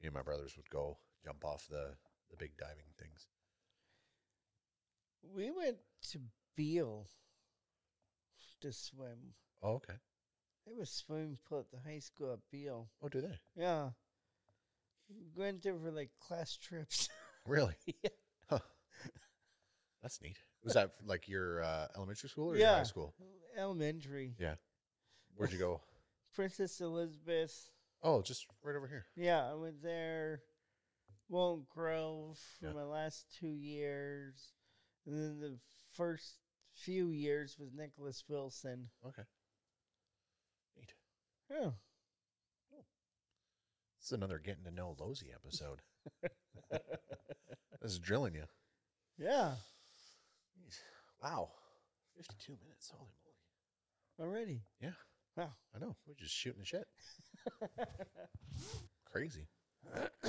[SPEAKER 3] me and my brothers would go jump off the the big diving things.
[SPEAKER 2] We went to Beale to swim.
[SPEAKER 3] Oh, okay.
[SPEAKER 2] They was swimming pool at the high school at Beale.
[SPEAKER 3] Oh, do they
[SPEAKER 2] Yeah. We went there for like class trips.
[SPEAKER 3] really?
[SPEAKER 2] Yeah.
[SPEAKER 3] Huh. That's neat. Was that like your uh, elementary school or your
[SPEAKER 2] Yeah.
[SPEAKER 3] high school?
[SPEAKER 2] Elementary.
[SPEAKER 3] Yeah. Where'd you go?
[SPEAKER 2] Princess Elizabeth.
[SPEAKER 3] Oh, just right over here.
[SPEAKER 2] Yeah, I went there. Won't Grove for
[SPEAKER 3] Yeah.
[SPEAKER 2] my last two years. And then the first few years was Nicholas Wilson.
[SPEAKER 3] Okay. Neat.
[SPEAKER 2] Yeah.
[SPEAKER 3] This is another getting to know Lozy episode. this is drilling you.
[SPEAKER 2] Yeah.
[SPEAKER 3] Wow. Fifty-two minutes. Holy moly.
[SPEAKER 2] Already.
[SPEAKER 3] Yeah.
[SPEAKER 2] Wow.
[SPEAKER 3] I know. We're just shooting the shit. Crazy. um,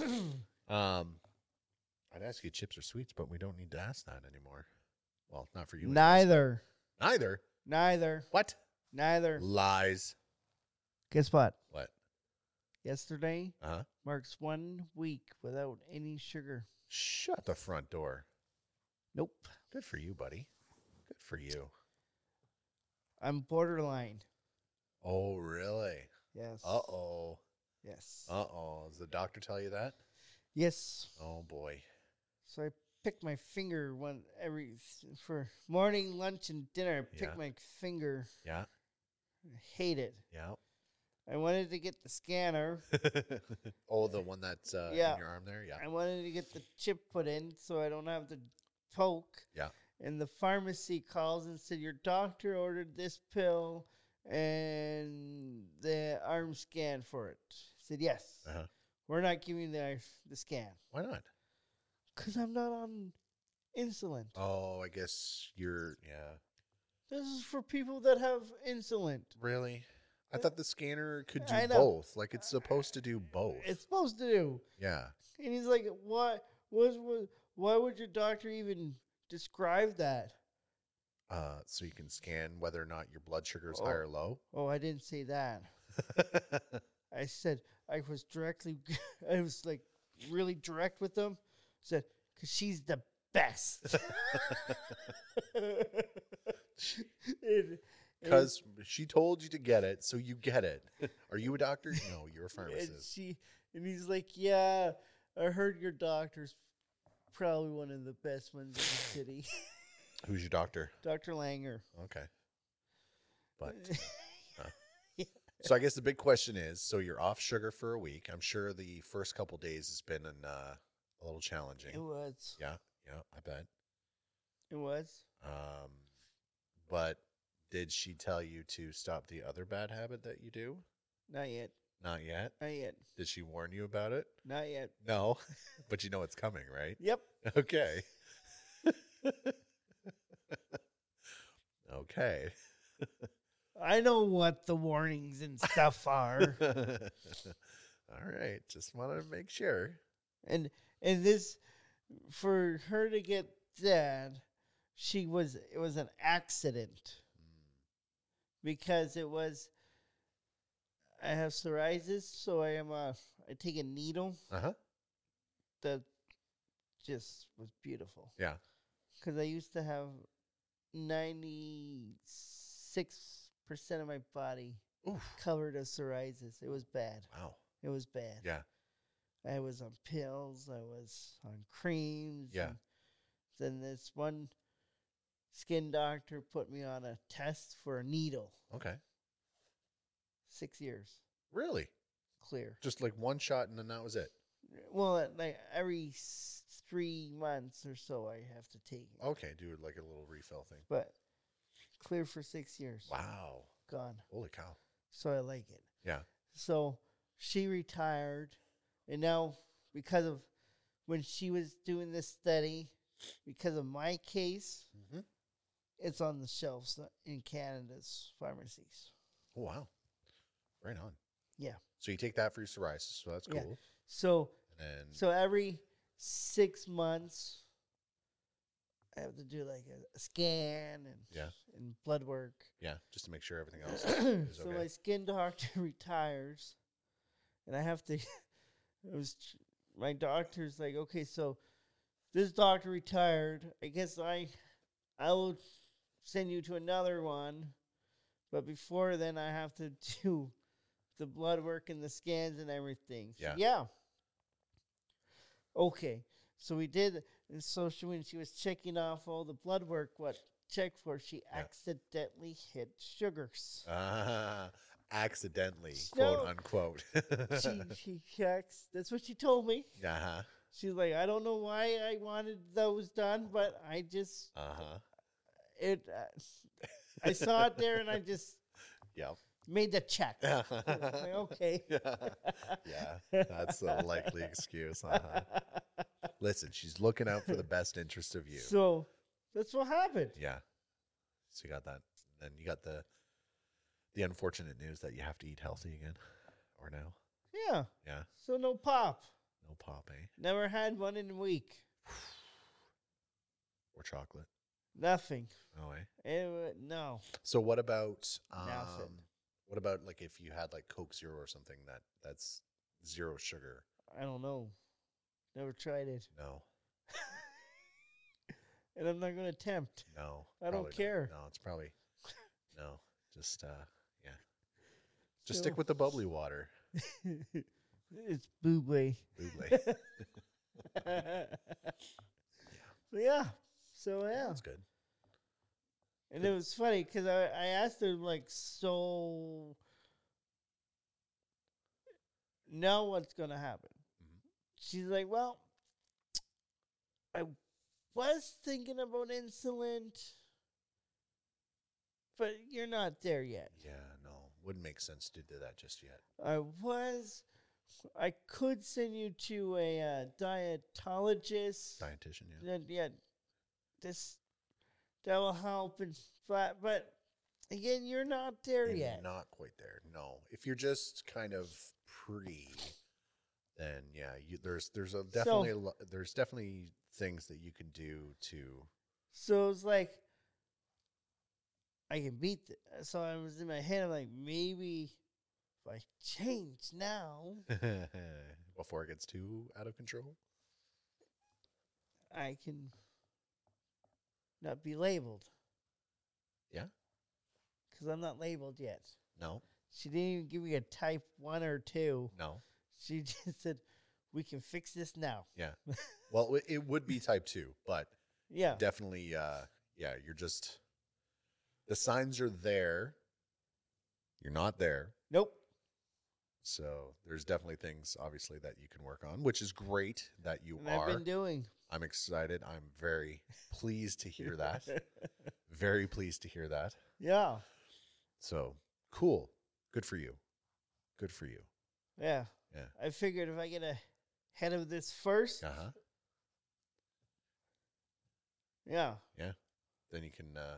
[SPEAKER 3] I I'd ask you chips or sweets, but we don't need to ask that anymore. Well, not for you. anyways.
[SPEAKER 2] Neither.
[SPEAKER 3] Neither.
[SPEAKER 2] Neither.
[SPEAKER 3] What?
[SPEAKER 2] Neither.
[SPEAKER 3] Lies.
[SPEAKER 2] Guess what?
[SPEAKER 3] What?
[SPEAKER 2] Yesterday
[SPEAKER 3] Uh huh.
[SPEAKER 2] marks one week without any sugar.
[SPEAKER 3] Shut the front door.
[SPEAKER 2] Nope.
[SPEAKER 3] Good for you, buddy. Good for you.
[SPEAKER 2] I'm borderline.
[SPEAKER 3] Oh, really?
[SPEAKER 2] Yes.
[SPEAKER 3] Uh oh.
[SPEAKER 2] Yes.
[SPEAKER 3] Uh oh. Does the doctor tell you that?
[SPEAKER 2] Yes.
[SPEAKER 3] Oh, boy.
[SPEAKER 2] So I pick my finger one every for morning, lunch, and dinner. I pick
[SPEAKER 3] Yeah.
[SPEAKER 2] my finger.
[SPEAKER 3] Yeah.
[SPEAKER 2] I hate it.
[SPEAKER 3] Yeah.
[SPEAKER 2] I wanted to get the scanner.
[SPEAKER 3] oh, the one that's uh,
[SPEAKER 2] Yeah.
[SPEAKER 3] in your arm there? Yeah.
[SPEAKER 2] I wanted to get the chip put in so I don't have to poke.
[SPEAKER 3] Yeah.
[SPEAKER 2] And the pharmacy calls and said your doctor ordered this pill and the arm scan for it. I said yes.
[SPEAKER 3] Uh-huh.
[SPEAKER 2] We're not giving you the ice- the scan
[SPEAKER 3] Why not?
[SPEAKER 2] because I'm not on insulin.
[SPEAKER 3] Oh, I guess you're. Yeah.
[SPEAKER 2] This is for people that have insulin.
[SPEAKER 3] Really? I thought the scanner could do
[SPEAKER 2] I know.
[SPEAKER 3] both. Like it's supposed to do both.
[SPEAKER 2] It's supposed to do.
[SPEAKER 3] yeah.
[SPEAKER 2] And he's like, "Why was was why would your doctor even describe that?"
[SPEAKER 3] Uh, so you can scan whether or not your blood sugar is
[SPEAKER 2] Oh.
[SPEAKER 3] high or low.
[SPEAKER 2] Oh, I didn't say that. I said I was directly, I was like really direct with them. Said because she's the best. Because
[SPEAKER 3] Because she told you to get it, so you get it. Are you a doctor? No, you're a
[SPEAKER 2] and
[SPEAKER 3] pharmacist.
[SPEAKER 2] she and he's like, yeah, I heard your doctor's probably one of the best ones in the city,
[SPEAKER 3] Who's your doctor?
[SPEAKER 2] Doctor Langer.
[SPEAKER 3] Okay. But uh, so I guess the big question is: so you're off sugar for a week. I'm sure the first couple days has been an, uh, a little challenging.
[SPEAKER 2] it was,
[SPEAKER 3] Yeah, yeah, I bet.
[SPEAKER 2] it was.
[SPEAKER 3] Um, but did she tell you to stop the other bad habit that you do?
[SPEAKER 2] Not yet,
[SPEAKER 3] Not yet.
[SPEAKER 2] not yet,
[SPEAKER 3] Did she warn you about it?
[SPEAKER 2] not yet.
[SPEAKER 3] No, but you know it's coming, right?
[SPEAKER 2] Yep.
[SPEAKER 3] Okay. okay.
[SPEAKER 2] I know what the warnings and stuff are.
[SPEAKER 3] All right. Just wanted to make sure.
[SPEAKER 2] and and this for her to get that she was it was an accident
[SPEAKER 3] Mm.
[SPEAKER 2] because it was i have psoriasis so i am a i take a needle
[SPEAKER 3] Uh huh.
[SPEAKER 2] that just was beautiful
[SPEAKER 3] Yeah.
[SPEAKER 2] because i used to have 96% of my body
[SPEAKER 3] Oof.
[SPEAKER 2] covered of psoriasis it was bad
[SPEAKER 3] Wow.
[SPEAKER 2] it was bad
[SPEAKER 3] Yeah.
[SPEAKER 2] I was on pills. I was on creams.
[SPEAKER 3] Yeah.
[SPEAKER 2] and Then this one skin doctor put me on a test for a needle.
[SPEAKER 3] Okay.
[SPEAKER 2] Six years
[SPEAKER 3] Really?
[SPEAKER 2] clear.
[SPEAKER 3] Just like one shot and then that was it.
[SPEAKER 2] Well, at, like every s- three months or so, I have to take it.
[SPEAKER 3] Okay. Do it like a little refill thing.
[SPEAKER 2] But clear for six years.
[SPEAKER 3] Wow.
[SPEAKER 2] Gone.
[SPEAKER 3] Holy cow.
[SPEAKER 2] So I like it.
[SPEAKER 3] Yeah.
[SPEAKER 2] So she retired, and now because of when she was doing this study, because of my case,
[SPEAKER 3] Mhm.
[SPEAKER 2] it's on the shelves n- in Canada's pharmacies.
[SPEAKER 3] Oh, wow. Right on.
[SPEAKER 2] Yeah.
[SPEAKER 3] So you take that for your psoriasis. So that's
[SPEAKER 2] Yeah.
[SPEAKER 3] cool.
[SPEAKER 2] So
[SPEAKER 3] And then
[SPEAKER 2] so every six months, I have to do like a, a scan and
[SPEAKER 3] Yeah.
[SPEAKER 2] and blood work.
[SPEAKER 3] yeah, just to make sure everything else is, is
[SPEAKER 2] so
[SPEAKER 3] okay.
[SPEAKER 2] my skin doctor retires, and I have to. it was tr- my doctor's like, okay, so this doctor retired. I guess I, I will send you to another one, but before then, I have to do the blood work and the scans and everything. So,
[SPEAKER 3] Yeah.
[SPEAKER 2] yeah. Okay, so we did, and so she when she was checking off all the blood work, what check for, she
[SPEAKER 3] Yeah.
[SPEAKER 2] accidentally hit sugars.
[SPEAKER 3] Ah, accidentally, quote
[SPEAKER 2] No.
[SPEAKER 3] unquote.
[SPEAKER 2] she she checks. That's what she told me.
[SPEAKER 3] uh-huh.
[SPEAKER 2] She's like, I don't know why I wanted those done, but I just
[SPEAKER 3] Uh-huh.
[SPEAKER 2] it. Uh, I saw it there, and I just
[SPEAKER 3] Yep.
[SPEAKER 2] made the check.
[SPEAKER 3] Yeah.
[SPEAKER 2] I'm like, okay.
[SPEAKER 3] yeah. That's a likely excuse. Uh-huh. Listen, she's looking out for the best interest of you.
[SPEAKER 2] So that's what happened.
[SPEAKER 3] yeah. So you got that. Then you got the the unfortunate news that you have to eat healthy again. Or no.
[SPEAKER 2] Yeah.
[SPEAKER 3] Yeah.
[SPEAKER 2] So no pop.
[SPEAKER 3] No pop, eh?
[SPEAKER 2] Never had one in a week.
[SPEAKER 3] or chocolate.
[SPEAKER 2] Nothing.
[SPEAKER 3] No eh? way.
[SPEAKER 2] It, wa- no.
[SPEAKER 3] So what about um,
[SPEAKER 2] Nothing.
[SPEAKER 3] what about like if you had like Coke Zero or something that that's zero sugar?
[SPEAKER 2] I don't know. Never tried it.
[SPEAKER 3] No,
[SPEAKER 2] And I'm not going to attempt.
[SPEAKER 3] no.
[SPEAKER 2] I don't
[SPEAKER 3] probably not.
[SPEAKER 2] care.
[SPEAKER 3] No, it's probably no. Just uh, yeah. Just stick with the bubbly water.
[SPEAKER 2] with. it's boobly.
[SPEAKER 3] Buble.
[SPEAKER 2] yeah. yeah. So, yeah.
[SPEAKER 3] That's good.
[SPEAKER 2] And it was funny because I, I asked her like, so now what's gonna happen?
[SPEAKER 3] Mhm.
[SPEAKER 2] She's like, well, I was thinking about insulin, but you're not there yet.
[SPEAKER 3] Yeah, no, wouldn't make sense to do that just yet.
[SPEAKER 2] I was, I could send you to a uh, dietologist.
[SPEAKER 3] Dietitian, yeah.
[SPEAKER 2] Then yeah, this that will help and but but again, you're not there
[SPEAKER 3] You're
[SPEAKER 2] yet.
[SPEAKER 3] Not quite there. No, if you're just kind of pre, then yeah, you, there's there's a definitely a lo- there's definitely things that you can do to
[SPEAKER 2] So it's like I can beat. Th- so I was in my head. I'm like, maybe if I change now,
[SPEAKER 3] before it gets too out of control.
[SPEAKER 2] I can not be labeled.
[SPEAKER 3] Yeah.
[SPEAKER 2] because I'm not labeled yet.
[SPEAKER 3] No,
[SPEAKER 2] She didn't even give me a type one or two.
[SPEAKER 3] no.
[SPEAKER 2] She just said, "We can fix this now."
[SPEAKER 3] Yeah. Well, w- it would be type two, but
[SPEAKER 2] Yeah,
[SPEAKER 3] definitely, uh, yeah, you're just the signs are there. You're not there.
[SPEAKER 2] nope.
[SPEAKER 3] So there's definitely things, obviously, that you can work on, which is great that you
[SPEAKER 2] And I've
[SPEAKER 3] are.
[SPEAKER 2] been doing.
[SPEAKER 3] I'm excited. I'm very pleased to hear that. very pleased to hear that.
[SPEAKER 2] yeah,
[SPEAKER 3] So cool. Good for you. Good for you.
[SPEAKER 2] yeah.
[SPEAKER 3] Yeah.
[SPEAKER 2] I figured if I get ahead of this first,
[SPEAKER 3] Uh huh.
[SPEAKER 2] yeah.
[SPEAKER 3] Then you can. uh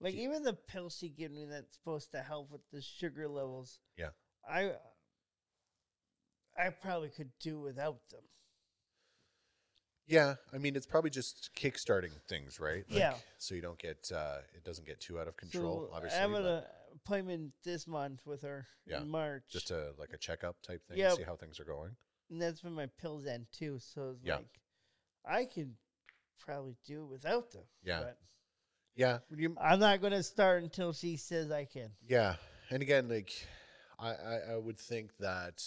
[SPEAKER 2] Like
[SPEAKER 3] Gee.
[SPEAKER 2] even the pill she gave me that's supposed to help with the sugar levels.
[SPEAKER 3] Yeah.
[SPEAKER 2] I I probably could do without them.
[SPEAKER 3] Yeah, I mean, it's probably just kickstarting things, right?
[SPEAKER 2] Yeah.
[SPEAKER 3] So you don't get uh it doesn't get too out of control.
[SPEAKER 2] So
[SPEAKER 3] obviously,
[SPEAKER 2] I have
[SPEAKER 3] but
[SPEAKER 2] an uh, appointment this month with her
[SPEAKER 3] Yeah,
[SPEAKER 2] in March.
[SPEAKER 3] just a like a checkup type thing,
[SPEAKER 2] Yep.
[SPEAKER 3] see how things are going.
[SPEAKER 2] and that's when my pills end too. So it's
[SPEAKER 3] Yeah.
[SPEAKER 2] like I can probably do without them.
[SPEAKER 3] Yeah.
[SPEAKER 2] But
[SPEAKER 3] Yeah. You,
[SPEAKER 2] I'm not gonna start until she says I can.
[SPEAKER 3] Yeah, and again, like I, I, I would think that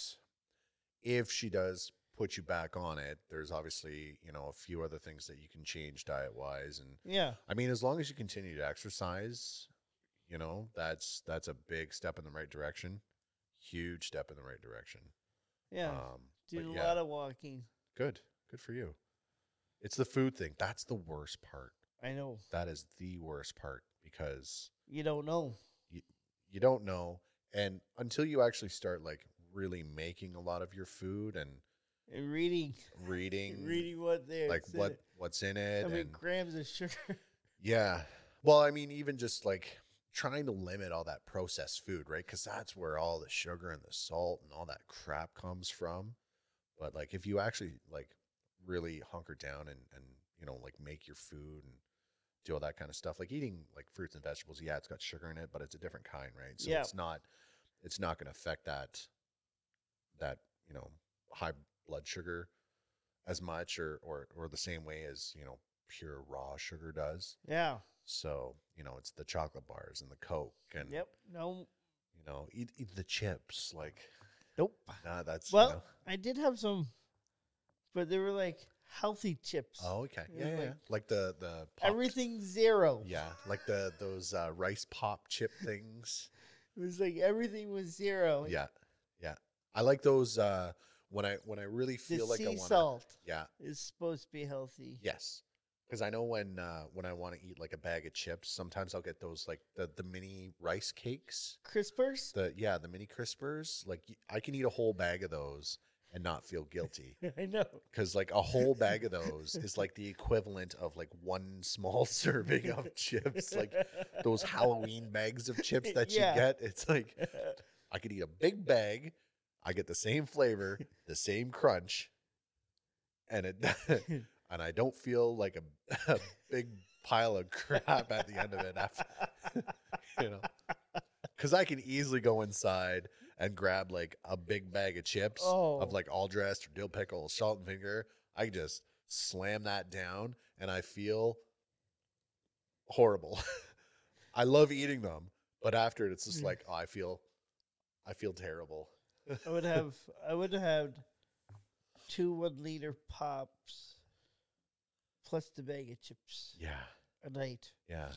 [SPEAKER 3] if she does put you back on it, there's obviously you know a few other things that you can change diet wise, and
[SPEAKER 2] Yeah.
[SPEAKER 3] I mean, as long as you continue to exercise, you know that's that's a big step in the right direction, huge step in the right direction.
[SPEAKER 2] Yeah.
[SPEAKER 3] Um,
[SPEAKER 2] do
[SPEAKER 3] but
[SPEAKER 2] a
[SPEAKER 3] yeah,
[SPEAKER 2] lot of walking.
[SPEAKER 3] good, good for you. It's the food thing. That's the worst part.
[SPEAKER 2] I know.
[SPEAKER 3] That is the worst part because
[SPEAKER 2] You don't know.
[SPEAKER 3] you don't know and until you actually start like really making a lot of your food and
[SPEAKER 2] And reading
[SPEAKER 3] reading
[SPEAKER 2] reading what there
[SPEAKER 3] like
[SPEAKER 2] it's in
[SPEAKER 3] what
[SPEAKER 2] it.
[SPEAKER 3] what's in it
[SPEAKER 2] how many
[SPEAKER 3] and
[SPEAKER 2] grams of sugar.
[SPEAKER 3] yeah well i mean even just like trying to limit all that processed food right because that's where all the sugar and the salt and all that crap comes from but like if you actually like really hunker down and and you know like make your food and do all that kind of stuff like eating like fruits and vegetables yeah it's got sugar in it but it's a different kind right so
[SPEAKER 2] Yeah.
[SPEAKER 3] it's not it's not going to affect that that you know high blood sugar as much or or or the same way as you know pure raw sugar does
[SPEAKER 2] yeah.
[SPEAKER 3] so you know it's the chocolate bars and the coke and
[SPEAKER 2] Yep. No.
[SPEAKER 3] you know eat, eat the chips like
[SPEAKER 2] Nope.
[SPEAKER 3] nah, that's you
[SPEAKER 2] Well,
[SPEAKER 3] know-
[SPEAKER 2] I did have some, but they were like healthy chips.
[SPEAKER 3] oh okay
[SPEAKER 2] it
[SPEAKER 3] yeah,
[SPEAKER 2] was
[SPEAKER 3] yeah,
[SPEAKER 2] like-
[SPEAKER 3] yeah. like the the pop-
[SPEAKER 2] Everything zero.
[SPEAKER 3] yeah like the those uh, rice pop chip things
[SPEAKER 2] It was like everything was zero.
[SPEAKER 3] yeah yeah i like those uh when i when i really
[SPEAKER 2] The
[SPEAKER 3] feel like i
[SPEAKER 2] sea
[SPEAKER 3] want
[SPEAKER 2] salt
[SPEAKER 3] yeah
[SPEAKER 2] is supposed to be healthy.
[SPEAKER 3] Yes, because I know when uh, when I want to eat like a bag of chips, sometimes I'll get those like the the mini rice cakes.
[SPEAKER 2] Crispers?
[SPEAKER 3] The yeah, the mini crispers. Like y- I can eat a whole bag of those and not feel guilty
[SPEAKER 2] I know.
[SPEAKER 3] because like a whole bag of those is like the equivalent of like one small serving of chips. Like those Halloween bags of chips that
[SPEAKER 2] Yeah.
[SPEAKER 3] you get. It's like I could eat a big bag. I get the same flavor, the same crunch, and it. I and I don't feel like a, a big pile of crap at the end of it after you know because I can easily go inside and grab like a big bag of chips
[SPEAKER 2] Oh.
[SPEAKER 3] of like all dressed or dill pickle, salt and vinegar. I just slam that down and I feel horrible. I love eating them, but after it, it's just like oh, I feel, I feel terrible.
[SPEAKER 2] I would have I would have two one liter pops plus the bag of chips
[SPEAKER 3] Yeah.
[SPEAKER 2] a night.
[SPEAKER 3] Yeah.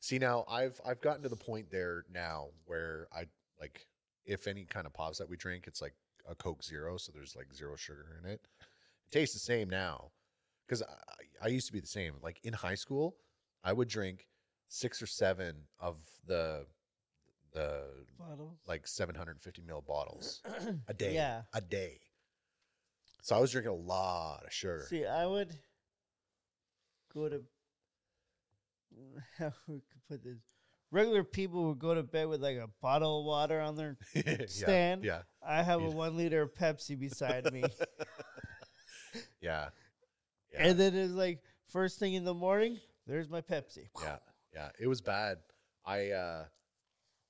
[SPEAKER 3] See now I've I've gotten to the point there now where I like if any kind of pops that we drink, it's like a Coke Zero, so there's like zero sugar in it. It tastes the same now. Cause I, I used to be the same. Like in high school, I would drink six or seven of the the
[SPEAKER 2] Bottle.
[SPEAKER 3] like seven hundred and fifty mil bottles a day.
[SPEAKER 2] Yeah.
[SPEAKER 3] A day. So I was drinking a lot of sugar.
[SPEAKER 2] See, I would go to how we could put this. Regular people would go to bed with like a bottle of water on their.
[SPEAKER 3] Yeah,
[SPEAKER 2] Stan.
[SPEAKER 3] Yeah.
[SPEAKER 2] I have a
[SPEAKER 3] Yeah.
[SPEAKER 2] one liter of Pepsi beside me,
[SPEAKER 3] Yeah. Yeah.
[SPEAKER 2] and then it's like first thing in the morning. There's my Pepsi.
[SPEAKER 3] Yeah, yeah, it was bad. I, uh,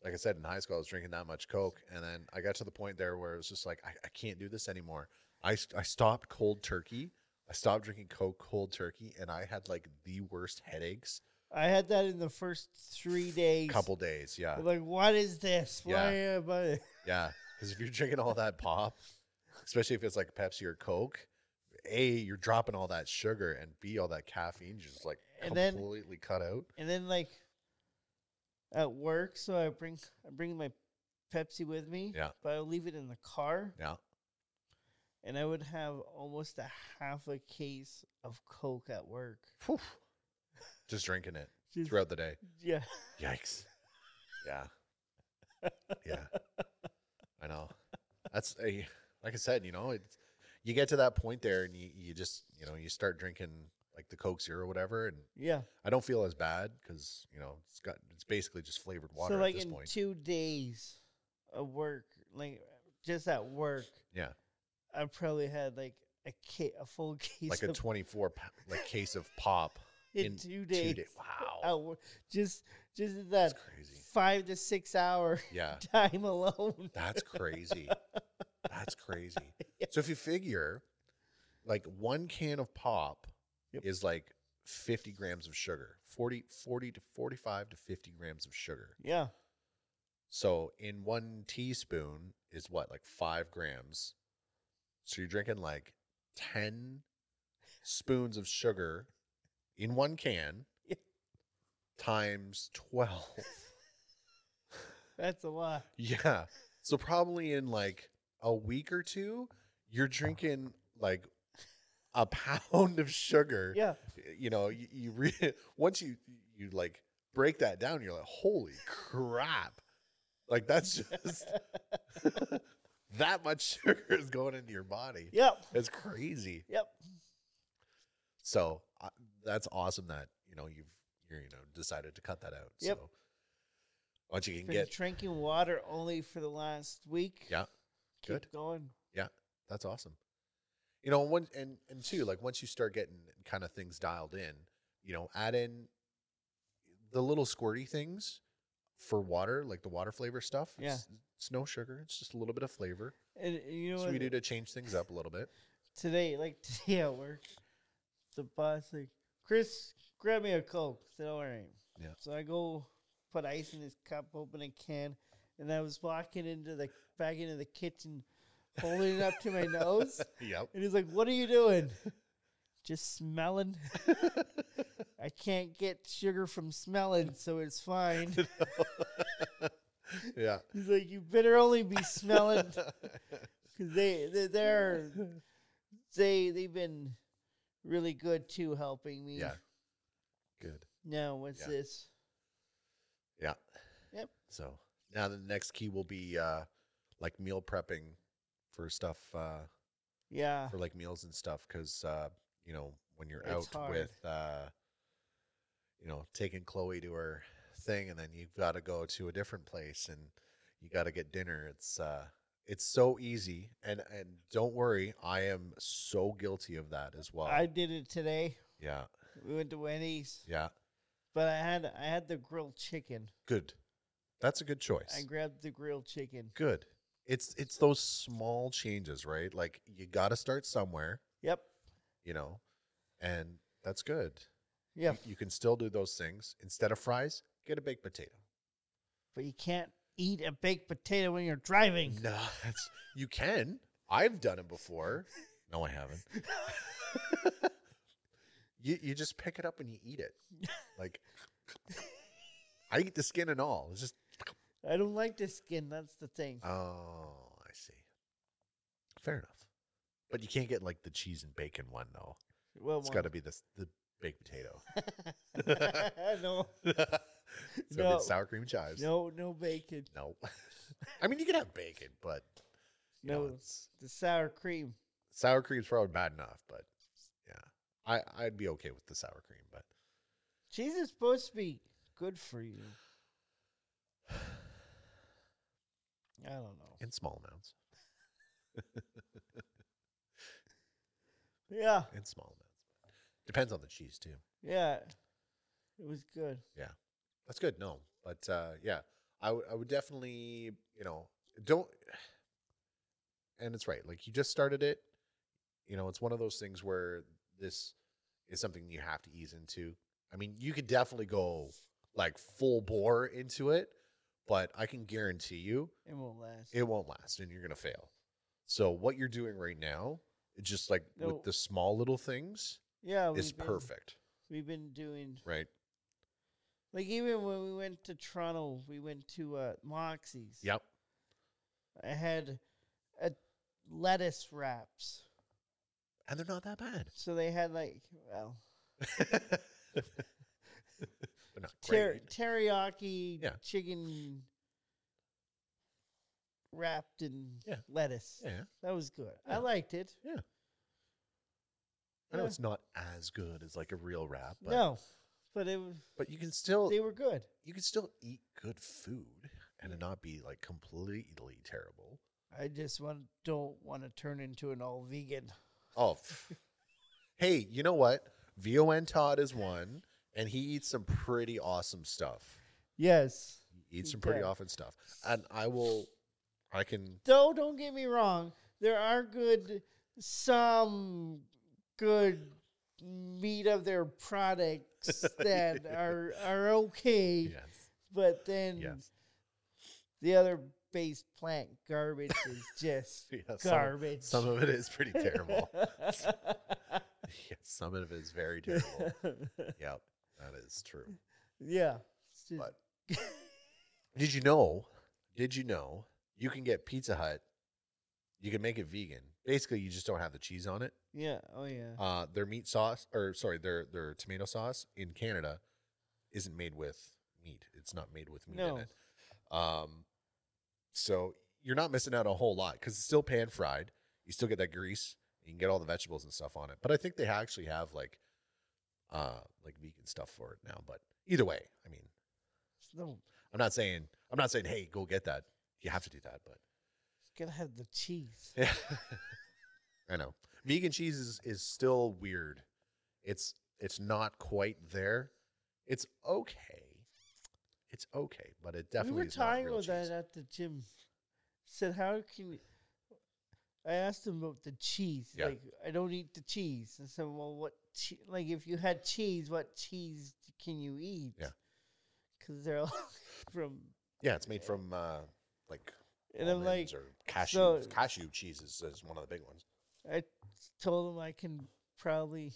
[SPEAKER 3] like I said, in high school, I was drinking that much Coke, and then I got to the point there where it was just like, I, I can't do this anymore. I, s- I stopped cold turkey. I stopped drinking Coke cold turkey, and I had like the worst headaches.
[SPEAKER 2] I had that in the first three days.
[SPEAKER 3] Couple days, yeah,
[SPEAKER 2] I'm Like, what is this? Why am I?
[SPEAKER 3] yeah. Because if you're drinking all that pop, especially if it's like Pepsi or Coke, a you're dropping all that sugar, and b all that caffeine just like
[SPEAKER 2] And then-
[SPEAKER 3] completely cut out.
[SPEAKER 2] And then like at work, so I bring I bring my Pepsi with me.
[SPEAKER 3] Yeah.
[SPEAKER 2] But I leave it in the car,
[SPEAKER 3] Yeah,
[SPEAKER 2] and I would have almost a half a case of Coke at work.
[SPEAKER 3] Phew. just drinking it
[SPEAKER 2] Just-
[SPEAKER 3] throughout the day.
[SPEAKER 2] yeah.
[SPEAKER 3] Yikes. Yeah. Yeah. I know. That's a, like I said, you know, it's, you get to that point there and you, you just, you know, you start drinking like the Coke Zero or whatever. And
[SPEAKER 2] Yeah.
[SPEAKER 3] I don't feel as bad because, you know, it's got, it's basically just flavored water
[SPEAKER 2] so like
[SPEAKER 3] at this
[SPEAKER 2] in
[SPEAKER 3] point.
[SPEAKER 2] two days of work, like just at work,
[SPEAKER 3] yeah.
[SPEAKER 2] I probably had like a ca- a full case
[SPEAKER 3] Like a
[SPEAKER 2] of
[SPEAKER 3] 24 pa- like case of pop.
[SPEAKER 2] in,
[SPEAKER 3] in
[SPEAKER 2] two
[SPEAKER 3] two
[SPEAKER 2] days.
[SPEAKER 3] day- wow.
[SPEAKER 2] At work. Just just in that
[SPEAKER 3] That's crazy.
[SPEAKER 2] five to six hour
[SPEAKER 3] Yeah.
[SPEAKER 2] time alone.
[SPEAKER 3] That's crazy. That's crazy. So if you figure like one can of pop
[SPEAKER 2] Yep.
[SPEAKER 3] is like 50 grams of sugar, 40, 40 to 45 to 50 grams of sugar.
[SPEAKER 2] Yeah.
[SPEAKER 3] So in one teaspoon is what, like five grams. So you're drinking like 10 spoons of sugar in one can
[SPEAKER 2] Yeah.
[SPEAKER 3] times 12.
[SPEAKER 2] That's a lot.
[SPEAKER 3] Yeah. So probably in like a week or two, you're drinking like a pound of sugar.
[SPEAKER 2] Yeah.
[SPEAKER 3] You know, you, you re- once you you like break that down, you're like, holy crap! Like that's just that much sugar is going into your body.
[SPEAKER 2] Yep.
[SPEAKER 3] It's crazy.
[SPEAKER 2] Yep.
[SPEAKER 3] So uh, that's awesome that you know you've you're, you know decided to cut that out.
[SPEAKER 2] Yep.
[SPEAKER 3] So once you can
[SPEAKER 2] Been
[SPEAKER 3] get
[SPEAKER 2] drinking water only for the last week.
[SPEAKER 3] yeah.
[SPEAKER 2] Keep
[SPEAKER 3] good.
[SPEAKER 2] going.
[SPEAKER 3] That's awesome. You know, one and and two, like once you start getting kind of things dialed in, you know, add in the little squirty things for water, like the water flavor stuff.
[SPEAKER 2] Yeah.
[SPEAKER 3] It's, it's no sugar. It's just a little bit of flavor.
[SPEAKER 2] And and you know
[SPEAKER 3] So we
[SPEAKER 2] what?
[SPEAKER 3] do to change things up a little bit.
[SPEAKER 2] today, like today at work, the boss like, Chris, grab me a Coke. I said, all right.
[SPEAKER 3] Yeah.
[SPEAKER 2] So I go put ice in his cup, open a can, and I was walking into the back into the kitchen, holding it up to my nose.
[SPEAKER 3] Yep.
[SPEAKER 2] And he's like, What are you doing? Just smelling. I can't get sugar from smelling, so it's fine.
[SPEAKER 3] Yeah.
[SPEAKER 2] He's like, You better only be smelling because they, they they're they they've been really good too helping me.
[SPEAKER 3] Yeah. Good.
[SPEAKER 2] Now what's
[SPEAKER 3] Yeah.
[SPEAKER 2] this?
[SPEAKER 3] Yeah.
[SPEAKER 2] Yep.
[SPEAKER 3] So now the next key will be uh like meal prepping for stuff uh
[SPEAKER 2] Yeah.
[SPEAKER 3] for like meals and stuff because uh, you know when you're
[SPEAKER 2] It's
[SPEAKER 3] out
[SPEAKER 2] hard.
[SPEAKER 3] with uh, you know taking Chloe to her thing and then you've got to go to a different place and you got to get dinner. It's uh, It's so easy, and and don't worry, I am so guilty of that as well.
[SPEAKER 2] I did it today.
[SPEAKER 3] yeah,
[SPEAKER 2] We went to Wendy's,
[SPEAKER 3] yeah,
[SPEAKER 2] but I had I had the grilled chicken.
[SPEAKER 3] good. That's a good choice.
[SPEAKER 2] I grabbed the grilled chicken.
[SPEAKER 3] good. It's it's those small changes, right? Like you got to start somewhere,
[SPEAKER 2] Yep.
[SPEAKER 3] you know, and that's good.
[SPEAKER 2] Yep.
[SPEAKER 3] You can still do those things instead of fries. Get a baked potato.
[SPEAKER 2] But you can't eat a baked potato when you're driving.
[SPEAKER 3] No, that's you can. I've done it before. No, I haven't. you you just pick it up and you eat it. Like I eat the skin and all. It's just
[SPEAKER 2] I don't like the skin. That's the thing.
[SPEAKER 3] oh, I see. Fair enough. But you can't get like the cheese and bacon one though.
[SPEAKER 2] well,
[SPEAKER 3] It's got to be this the baked potato.
[SPEAKER 2] one. no,
[SPEAKER 3] it's got to be
[SPEAKER 2] No.
[SPEAKER 3] the sour cream and chives.
[SPEAKER 2] no, no bacon.
[SPEAKER 3] No. I mean, you can have bacon, but you know,
[SPEAKER 2] No,
[SPEAKER 3] it's-
[SPEAKER 2] the sour cream.
[SPEAKER 3] sour cream's probably bad enough, but yeah, I I'd be okay with the sour cream, but
[SPEAKER 2] Cheese is supposed to be good for you. I don't know.
[SPEAKER 3] in small amounts,
[SPEAKER 2] Yeah,
[SPEAKER 3] in small amounts. Depends on the cheese too.
[SPEAKER 2] yeah. It was good.
[SPEAKER 3] That's good. No, but uh, yeah, I would I would definitely you know don't. And it's right. Like you just started it. You know, it's one of those things where this is something you have to ease into. I mean, you could definitely go like full bore into it, but I can guarantee you
[SPEAKER 2] It won't last.
[SPEAKER 3] it won't last and you're going to fail. So what you're doing right now, just like
[SPEAKER 2] No.
[SPEAKER 3] with the small little things,
[SPEAKER 2] yeah,
[SPEAKER 3] is
[SPEAKER 2] we've been-
[SPEAKER 3] perfect,
[SPEAKER 2] We've been doing
[SPEAKER 3] right?
[SPEAKER 2] like even when we went to Toronto, we went to uh, Moxie's.
[SPEAKER 3] Yep.
[SPEAKER 2] I had a lettuce wraps.
[SPEAKER 3] And they're not that bad.
[SPEAKER 2] So they had like well
[SPEAKER 3] They're not
[SPEAKER 2] ter-
[SPEAKER 3] great.
[SPEAKER 2] teriyaki
[SPEAKER 3] Yeah.
[SPEAKER 2] chicken wrapped in
[SPEAKER 3] Yeah.
[SPEAKER 2] lettuce.
[SPEAKER 3] Yeah.
[SPEAKER 2] That was good. I
[SPEAKER 3] Yeah.
[SPEAKER 2] liked it.
[SPEAKER 3] I know
[SPEAKER 2] Yeah.
[SPEAKER 3] it's not as good as like a real wrap, but
[SPEAKER 2] no, but it was,
[SPEAKER 3] but you can still
[SPEAKER 2] they were good.
[SPEAKER 3] you can still eat good food and it not be like completely terrible.
[SPEAKER 2] I just want don't want to turn into an all vegan.
[SPEAKER 3] Oh. pff. hey, you know what? VON Todd is one and he eats some pretty awesome stuff.
[SPEAKER 2] Yes.
[SPEAKER 3] He eats
[SPEAKER 2] He
[SPEAKER 3] some pretty
[SPEAKER 2] does.
[SPEAKER 3] often stuff. And I will I can
[SPEAKER 2] Though don't get me wrong, there are good some good meat of their products that are are okay.
[SPEAKER 3] Yes.
[SPEAKER 2] But then
[SPEAKER 3] Yes.
[SPEAKER 2] the other base plant garbage is just
[SPEAKER 3] Yeah, some-
[SPEAKER 2] garbage.
[SPEAKER 3] Some of it is pretty terrible. yeah, some of it is very terrible. yep. That is true.
[SPEAKER 2] yeah. it's just-
[SPEAKER 3] But did you know? Did you know you can get Pizza Hut? You can make it vegan. Basically, you just don't have the cheese on it.
[SPEAKER 2] yeah. Oh yeah.
[SPEAKER 3] Uh, their meat sauce, or sorry, their their tomato sauce in Canada isn't made with meat. It's not made with meat
[SPEAKER 2] No.
[SPEAKER 3] in it. Um, so you're not missing out on a whole lot because it's still pan fried. You still get that grease. You can get all the vegetables and stuff on it. But I think they actually have like, uh, like vegan stuff for it now. But either way, I mean,
[SPEAKER 2] It's No,
[SPEAKER 3] I'm not saying I'm not saying hey go get that. You have to do that, but
[SPEAKER 2] it's gotta have the cheese.
[SPEAKER 3] yeah. I know vegan cheese is is still weird. It's it's not quite there. It's okay. It's okay, but it definitely
[SPEAKER 2] we were
[SPEAKER 3] is not
[SPEAKER 2] talking
[SPEAKER 3] real
[SPEAKER 2] about
[SPEAKER 3] cheese.
[SPEAKER 2] that uh, at the gym. Said how can you? I asked him about the cheese.
[SPEAKER 3] Yeah.
[SPEAKER 2] Like I don't eat the cheese. I said, well, what? Che- like if you had cheese, what cheese can you eat?
[SPEAKER 3] Yeah.
[SPEAKER 2] Because they're all from.
[SPEAKER 3] Yeah, it's made from uh, like
[SPEAKER 2] And I'm like,
[SPEAKER 3] almonds or cashew
[SPEAKER 2] so-
[SPEAKER 3] cashew cheeses is one of the big ones.
[SPEAKER 2] I told him I can probably.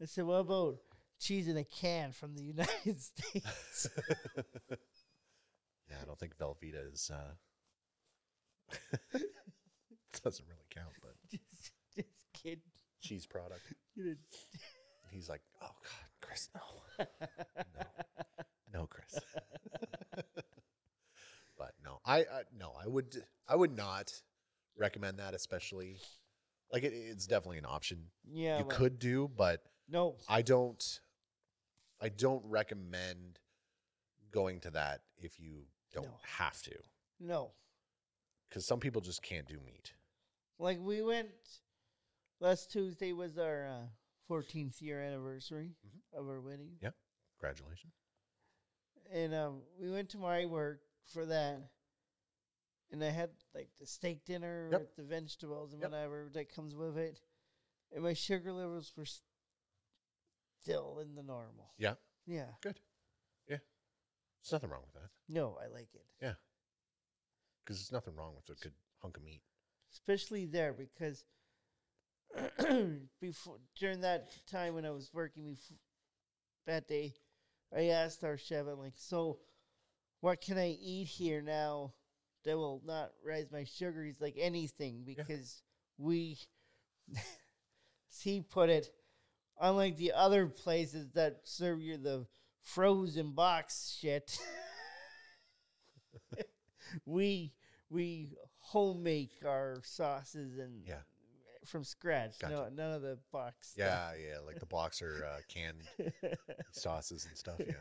[SPEAKER 2] I said, what about cheese in a can from the United States?
[SPEAKER 3] Yeah, I don't think Velveeta is. Uh, doesn't really count, but
[SPEAKER 2] just, just kid.
[SPEAKER 3] cheese product.
[SPEAKER 2] You
[SPEAKER 3] He's like, oh God, Chris, no, no, no, Chris. but no, I, I no, I would, I would not recommend that, especially like it, it's definitely an option
[SPEAKER 2] know, yeah.
[SPEAKER 3] you
[SPEAKER 2] but
[SPEAKER 3] could do, but
[SPEAKER 2] No.
[SPEAKER 3] I don't, I don't recommend going to that if you don't
[SPEAKER 2] No.
[SPEAKER 3] have to,
[SPEAKER 2] No.
[SPEAKER 3] because some people just can't do meat.
[SPEAKER 2] Like we went last Tuesday was our uh, 14th year anniversary
[SPEAKER 3] Mm-hmm.
[SPEAKER 2] of our wedding.
[SPEAKER 3] Yeah. Congratulations.
[SPEAKER 2] and um, we went to my work for that. And I had like the steak dinner
[SPEAKER 3] Yep.
[SPEAKER 2] with the vegetables and
[SPEAKER 3] Yep.
[SPEAKER 2] whatever that comes with it. And my sugar levels were s- still in the normal.
[SPEAKER 3] Yeah.
[SPEAKER 2] Yeah.
[SPEAKER 3] Good. Yeah. There's nothing wrong with that.
[SPEAKER 2] No, I like it.
[SPEAKER 3] Yeah. Because there's nothing wrong with a good hunk of meat.
[SPEAKER 2] Especially there because before during that time when I was working before, that day, I asked our chef, I'm like, so what can I eat here now that will not raise my sugar? He's like, anything, because we, as he put it, unlike the other places that serve you the frozen box shit, we we homemade our sauces and
[SPEAKER 3] Yeah.
[SPEAKER 2] from scratch. No,
[SPEAKER 3] Gotcha.
[SPEAKER 2] none of the box. stuff.
[SPEAKER 3] Yeah. Yeah. Like the boxer uh, canned sauces and stuff. Yeah.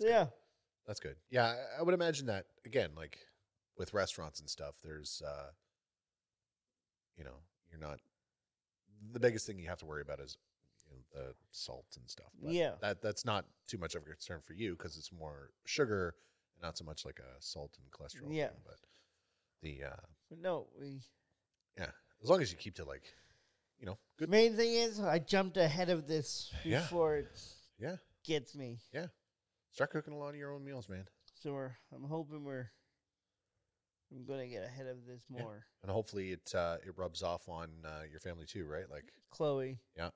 [SPEAKER 3] Yeah. That's
[SPEAKER 2] so
[SPEAKER 3] good.
[SPEAKER 2] yeah,
[SPEAKER 3] That's good. Yeah, I- I would imagine that again, like with restaurants and stuff, there's uh you know, you're not the biggest thing you have to worry about is you know, the salt and stuff.
[SPEAKER 2] Yeah.
[SPEAKER 3] That that's not too much of a concern for you because it's more sugar and not so much like a salt and cholesterol.
[SPEAKER 2] Yeah.
[SPEAKER 3] thing, but the uh
[SPEAKER 2] But no, we.
[SPEAKER 3] yeah. As long as you keep to like you know,
[SPEAKER 2] The
[SPEAKER 3] good
[SPEAKER 2] main thing is I jumped ahead of this
[SPEAKER 3] Yeah.
[SPEAKER 2] before it
[SPEAKER 3] yeah.
[SPEAKER 2] gets me.
[SPEAKER 3] Start cooking a lot of your own meals, man.
[SPEAKER 2] So we're, I'm hoping we're. I'm gonna get ahead of this
[SPEAKER 3] Yeah.
[SPEAKER 2] more,
[SPEAKER 3] And hopefully it uh it rubs off on uh, your family too, right? Like
[SPEAKER 2] Chloe.
[SPEAKER 3] Yeah.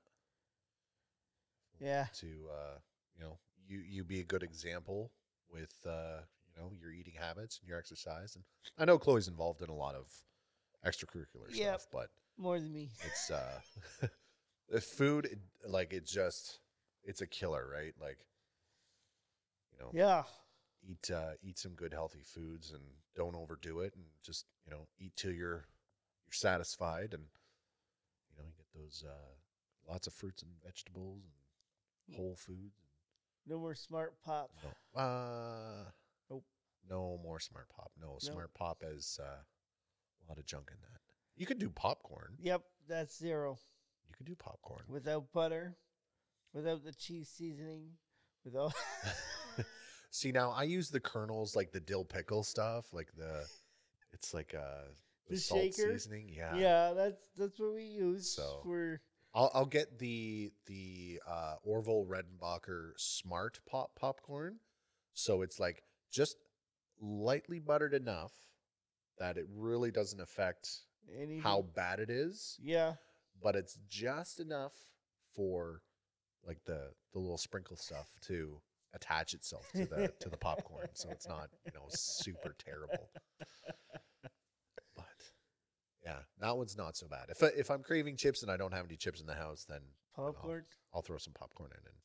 [SPEAKER 2] Yeah.
[SPEAKER 3] to uh, you know you you be a good example with uh, you know your eating habits and your exercise. And I know Chloe's involved in a lot of extracurricular
[SPEAKER 2] Yep.
[SPEAKER 3] stuff, but
[SPEAKER 2] More than me.
[SPEAKER 3] it's uh, the food it- like it just it's a killer, right? Like you know
[SPEAKER 2] Yeah.
[SPEAKER 3] eat uh, eat some good healthy foods and don't overdo it, and just you know eat till you're you're satisfied, and you know you get those uh, lots of fruits and vegetables and whole foods.
[SPEAKER 2] No more smart pop.
[SPEAKER 3] No. Uh,
[SPEAKER 2] Nope.
[SPEAKER 3] No more smart pop. No, smart
[SPEAKER 2] Nope.
[SPEAKER 3] pop is uh, a lot of junk in that. You could do popcorn.
[SPEAKER 2] Yep, that's zero.
[SPEAKER 3] You could do popcorn.
[SPEAKER 2] Without butter, without the cheese seasoning, without.
[SPEAKER 3] See now, I use the kernels like the dill pickle stuff, like the it's like uh the,
[SPEAKER 2] The
[SPEAKER 3] salt
[SPEAKER 2] shaker?
[SPEAKER 3] seasoning. Yeah.
[SPEAKER 2] yeah, that's that's what we use
[SPEAKER 3] So-
[SPEAKER 2] for.
[SPEAKER 3] I'll I'll get the the uh, Orville Redenbacher Smart Pop popcorn. So it's like just lightly buttered enough that it really doesn't affect
[SPEAKER 2] Anything.
[SPEAKER 3] how bad it is.
[SPEAKER 2] Yeah.
[SPEAKER 3] but it's just enough for like the the little sprinkle stuff to attach itself to the to the popcorn so it's not you know super terrible but yeah that one's not so bad if I, if i'm craving chips and i don't have any chips in the house then Oh.
[SPEAKER 2] Popcorn.
[SPEAKER 3] i'll throw some popcorn in and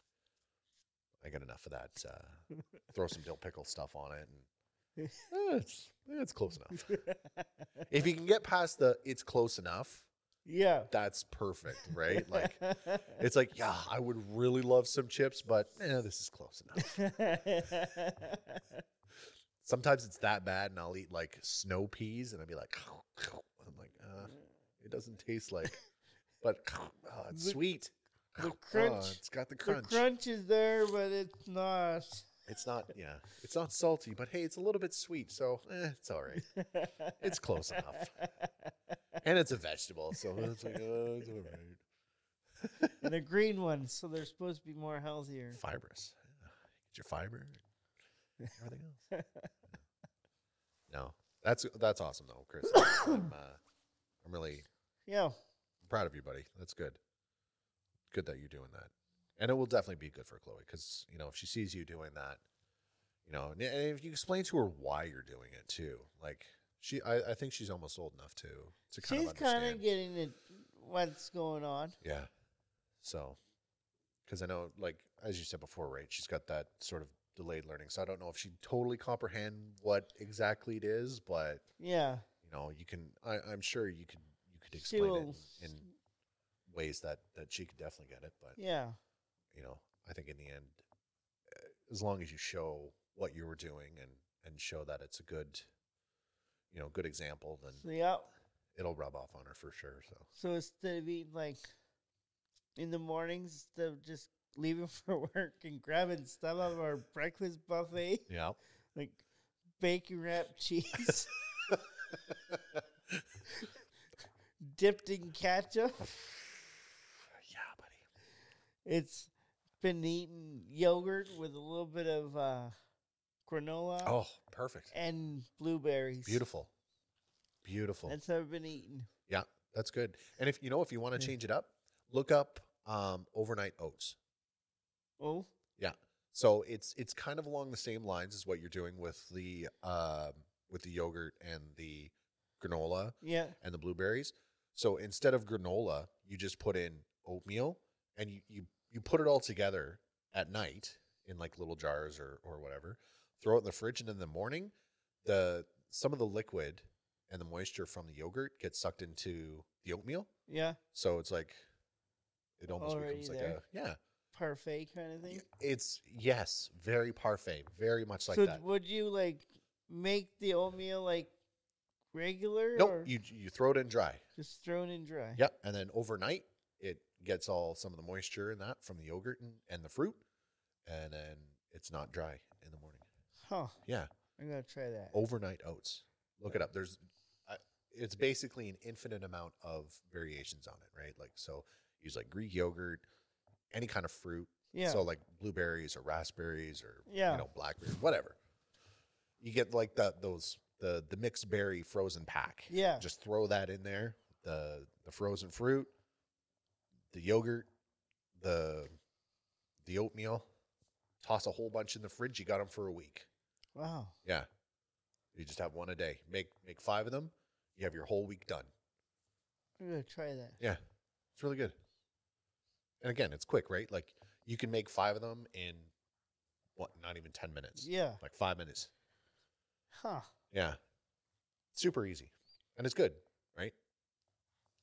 [SPEAKER 3] i get enough of that uh, throw some dill pickle stuff on it and eh, it's it's close enough if you can get past the it's close enough
[SPEAKER 2] yeah.
[SPEAKER 3] that's perfect right like it's like, yeah, I would really love some chips, but eh, this is close enough. Sometimes it's that bad, and I'll eat like snow peas, and I'll be like, I'm like, uh, it doesn't taste like, but uh, it's
[SPEAKER 2] The-
[SPEAKER 3] sweet.
[SPEAKER 2] the
[SPEAKER 3] Uh,
[SPEAKER 2] crunch-
[SPEAKER 3] it's got the
[SPEAKER 2] the
[SPEAKER 3] crunch.
[SPEAKER 2] crunch is there, but it's not.
[SPEAKER 3] It's not, yeah, it's not salty, but hey, it's a little bit sweet, so eh, it's all right. It's close enough, and it's a vegetable, so it's like, uh, it's all right.
[SPEAKER 2] and the green ones, so they're supposed to be more healthier.
[SPEAKER 3] fibrous. Yeah. Get your fiber, and everything else. no, that's that's awesome though, Chris. I'm, uh, I'm really
[SPEAKER 2] Yeah.
[SPEAKER 3] proud of you, buddy. That's good. Good that you're doing that, and it will definitely be good for Chloe because you know if she sees you doing that, you know, and and if you explain to her why you're doing it too, like she, I, I think she's almost old enough to to kind
[SPEAKER 2] She's
[SPEAKER 3] of understand.
[SPEAKER 2] kind of getting it, what's going on.
[SPEAKER 3] Yeah. So, because I know, like as you said before, right? She's got that sort of delayed learning, so I don't know if she totally comprehend what exactly it is, but
[SPEAKER 2] Yeah.
[SPEAKER 3] you know, you can. I, I'm sure you could. You could
[SPEAKER 2] She
[SPEAKER 3] explain
[SPEAKER 2] will-
[SPEAKER 3] it in, in ways that that she could definitely get it. But
[SPEAKER 2] Yeah.
[SPEAKER 3] you know, I think in the end, eh, uh, as long as you show what you were doing and and show that it's a good, you know good example, then
[SPEAKER 2] yeah.
[SPEAKER 3] it'll rub off on her for sure. So
[SPEAKER 2] So instead of eating like in the mornings, instead of just leaving for work and grabbing stuff out of our breakfast buffet,
[SPEAKER 3] yeah,
[SPEAKER 2] like bacon wrapped cheese dipped in ketchup,
[SPEAKER 3] yeah, buddy.
[SPEAKER 2] it's been eating yogurt with a little bit of uh, granola
[SPEAKER 3] Oh, perfect,
[SPEAKER 2] and blueberries.
[SPEAKER 3] beautiful, beautiful.
[SPEAKER 2] That's how I've been eating.
[SPEAKER 3] yeah, that's good. And if you know if you want to
[SPEAKER 2] Yeah.
[SPEAKER 3] change it up, look up um, overnight oats.
[SPEAKER 2] Oh,
[SPEAKER 3] So it's it's kind of along the same lines as what you're doing with the um, with the yogurt and the granola
[SPEAKER 2] yeah.
[SPEAKER 3] and the blueberries. So instead of granola, you just put in oatmeal and you you, you put it all together at night in like little jars or or whatever. Throw it in the fridge and in the morning, the some of the liquid and the moisture from the yogurt gets sucked into the oatmeal.
[SPEAKER 2] Yeah.
[SPEAKER 3] So it's like it almost
[SPEAKER 2] Already
[SPEAKER 3] becomes like
[SPEAKER 2] there.
[SPEAKER 3] a yeah.
[SPEAKER 2] Parfait kind of thing.
[SPEAKER 3] It's yes, very parfait, very much like
[SPEAKER 2] so
[SPEAKER 3] that.
[SPEAKER 2] would you like make the oatmeal like regular?
[SPEAKER 3] No,
[SPEAKER 2] or
[SPEAKER 3] you you throw it in dry.
[SPEAKER 2] just thrown in dry.
[SPEAKER 3] Yep. And then overnight, it gets all some of the moisture and that from the yogurt and, and the fruit. And then it's not dry in the morning.
[SPEAKER 2] Huh.
[SPEAKER 3] Yeah.
[SPEAKER 2] I'm gonna try that.
[SPEAKER 3] Overnight oats. Look it up. There's, I it's basically an infinite amount of variations on it, right? Like, so use like Greek yogurt, any kind of fruit.
[SPEAKER 2] yeah.
[SPEAKER 3] So like blueberries or raspberries or,
[SPEAKER 2] Yeah.
[SPEAKER 3] you know, blackberries, whatever. You get like the, those, the, the mixed berry frozen pack
[SPEAKER 2] yeah.
[SPEAKER 3] just throw that in there the the frozen fruit the yogurt the the oatmeal toss a whole bunch in the fridge you got them for a week
[SPEAKER 2] Wow.
[SPEAKER 3] yeah you just have one a day make make five of them you have your whole week done
[SPEAKER 2] I'm gonna try that.
[SPEAKER 3] yeah it's really good and again it's quick right like you can make five of them in what not even 10 minutes
[SPEAKER 2] Yeah.
[SPEAKER 3] like five minutes
[SPEAKER 2] Huh.
[SPEAKER 3] Yeah. Super easy. And it's good, right?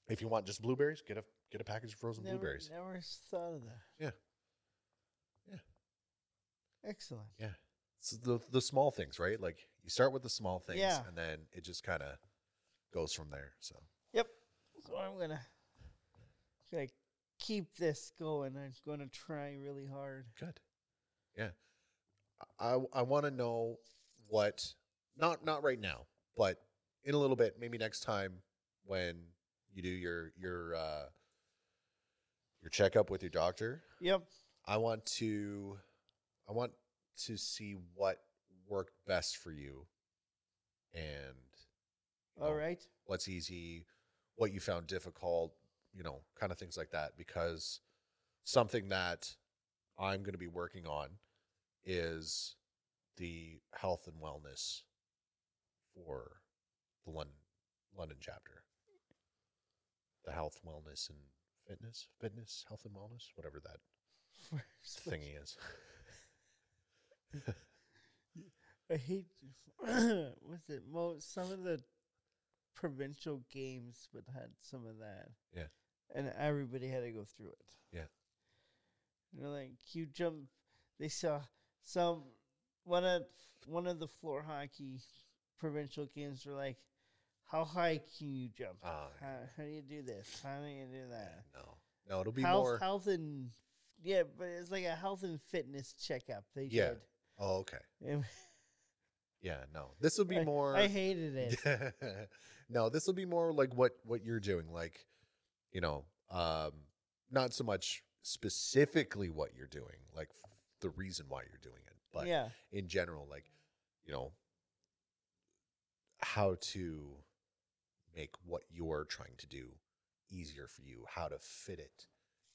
[SPEAKER 3] If you want just blueberries, get a get a package of frozen
[SPEAKER 2] Never,
[SPEAKER 3] blueberries.
[SPEAKER 2] never thought of that.
[SPEAKER 3] Yeah. Yeah.
[SPEAKER 2] Excellent.
[SPEAKER 3] Yeah. So the the small things, right? Like you start with the small things
[SPEAKER 2] Yeah.
[SPEAKER 3] and then it just kind of goes from there. So,
[SPEAKER 2] Yep. So I'm gonna, gonna keep this going. I'm gonna try really hard.
[SPEAKER 3] good. Yeah. I I want to know what not not right now, but in a little bit, maybe next time when you do your your uh your checkup with your doctor,
[SPEAKER 2] Yep.
[SPEAKER 3] I want to I want to see what worked best for you and you
[SPEAKER 2] All
[SPEAKER 3] know,
[SPEAKER 2] right.
[SPEAKER 3] what's easy, what you found difficult, you know, kind of things like that because something that I'm going to be working on is the health and wellness for the London, London chapter. The health, wellness and fitness, fitness, health and wellness, whatever that thingy is.
[SPEAKER 2] I hate what's it? Mo some of the provincial games would had some of that.
[SPEAKER 3] Yeah.
[SPEAKER 2] and everybody had to go through it.
[SPEAKER 3] Yeah.
[SPEAKER 2] you know, like you jump. They saw some one of one of the floor hockey provincial games were like, how high can you jump?
[SPEAKER 3] Ah,
[SPEAKER 2] how, how do you do this? How do you do that?
[SPEAKER 3] No, no, it'll be
[SPEAKER 2] health,
[SPEAKER 3] more.
[SPEAKER 2] health and yeah, but it's like a health and fitness checkup. They
[SPEAKER 3] Yeah.
[SPEAKER 2] did.
[SPEAKER 3] Oh, okay.
[SPEAKER 2] And
[SPEAKER 3] Yeah, no, this will be
[SPEAKER 2] I-
[SPEAKER 3] more.
[SPEAKER 2] I hated it.
[SPEAKER 3] no, this will be more like what what you're doing, like you know, um, not so much specifically what you're doing, like f- the reason why you're doing it, but
[SPEAKER 2] yeah.
[SPEAKER 3] in general, like you know, how to make what you're trying to do easier for you, how to fit it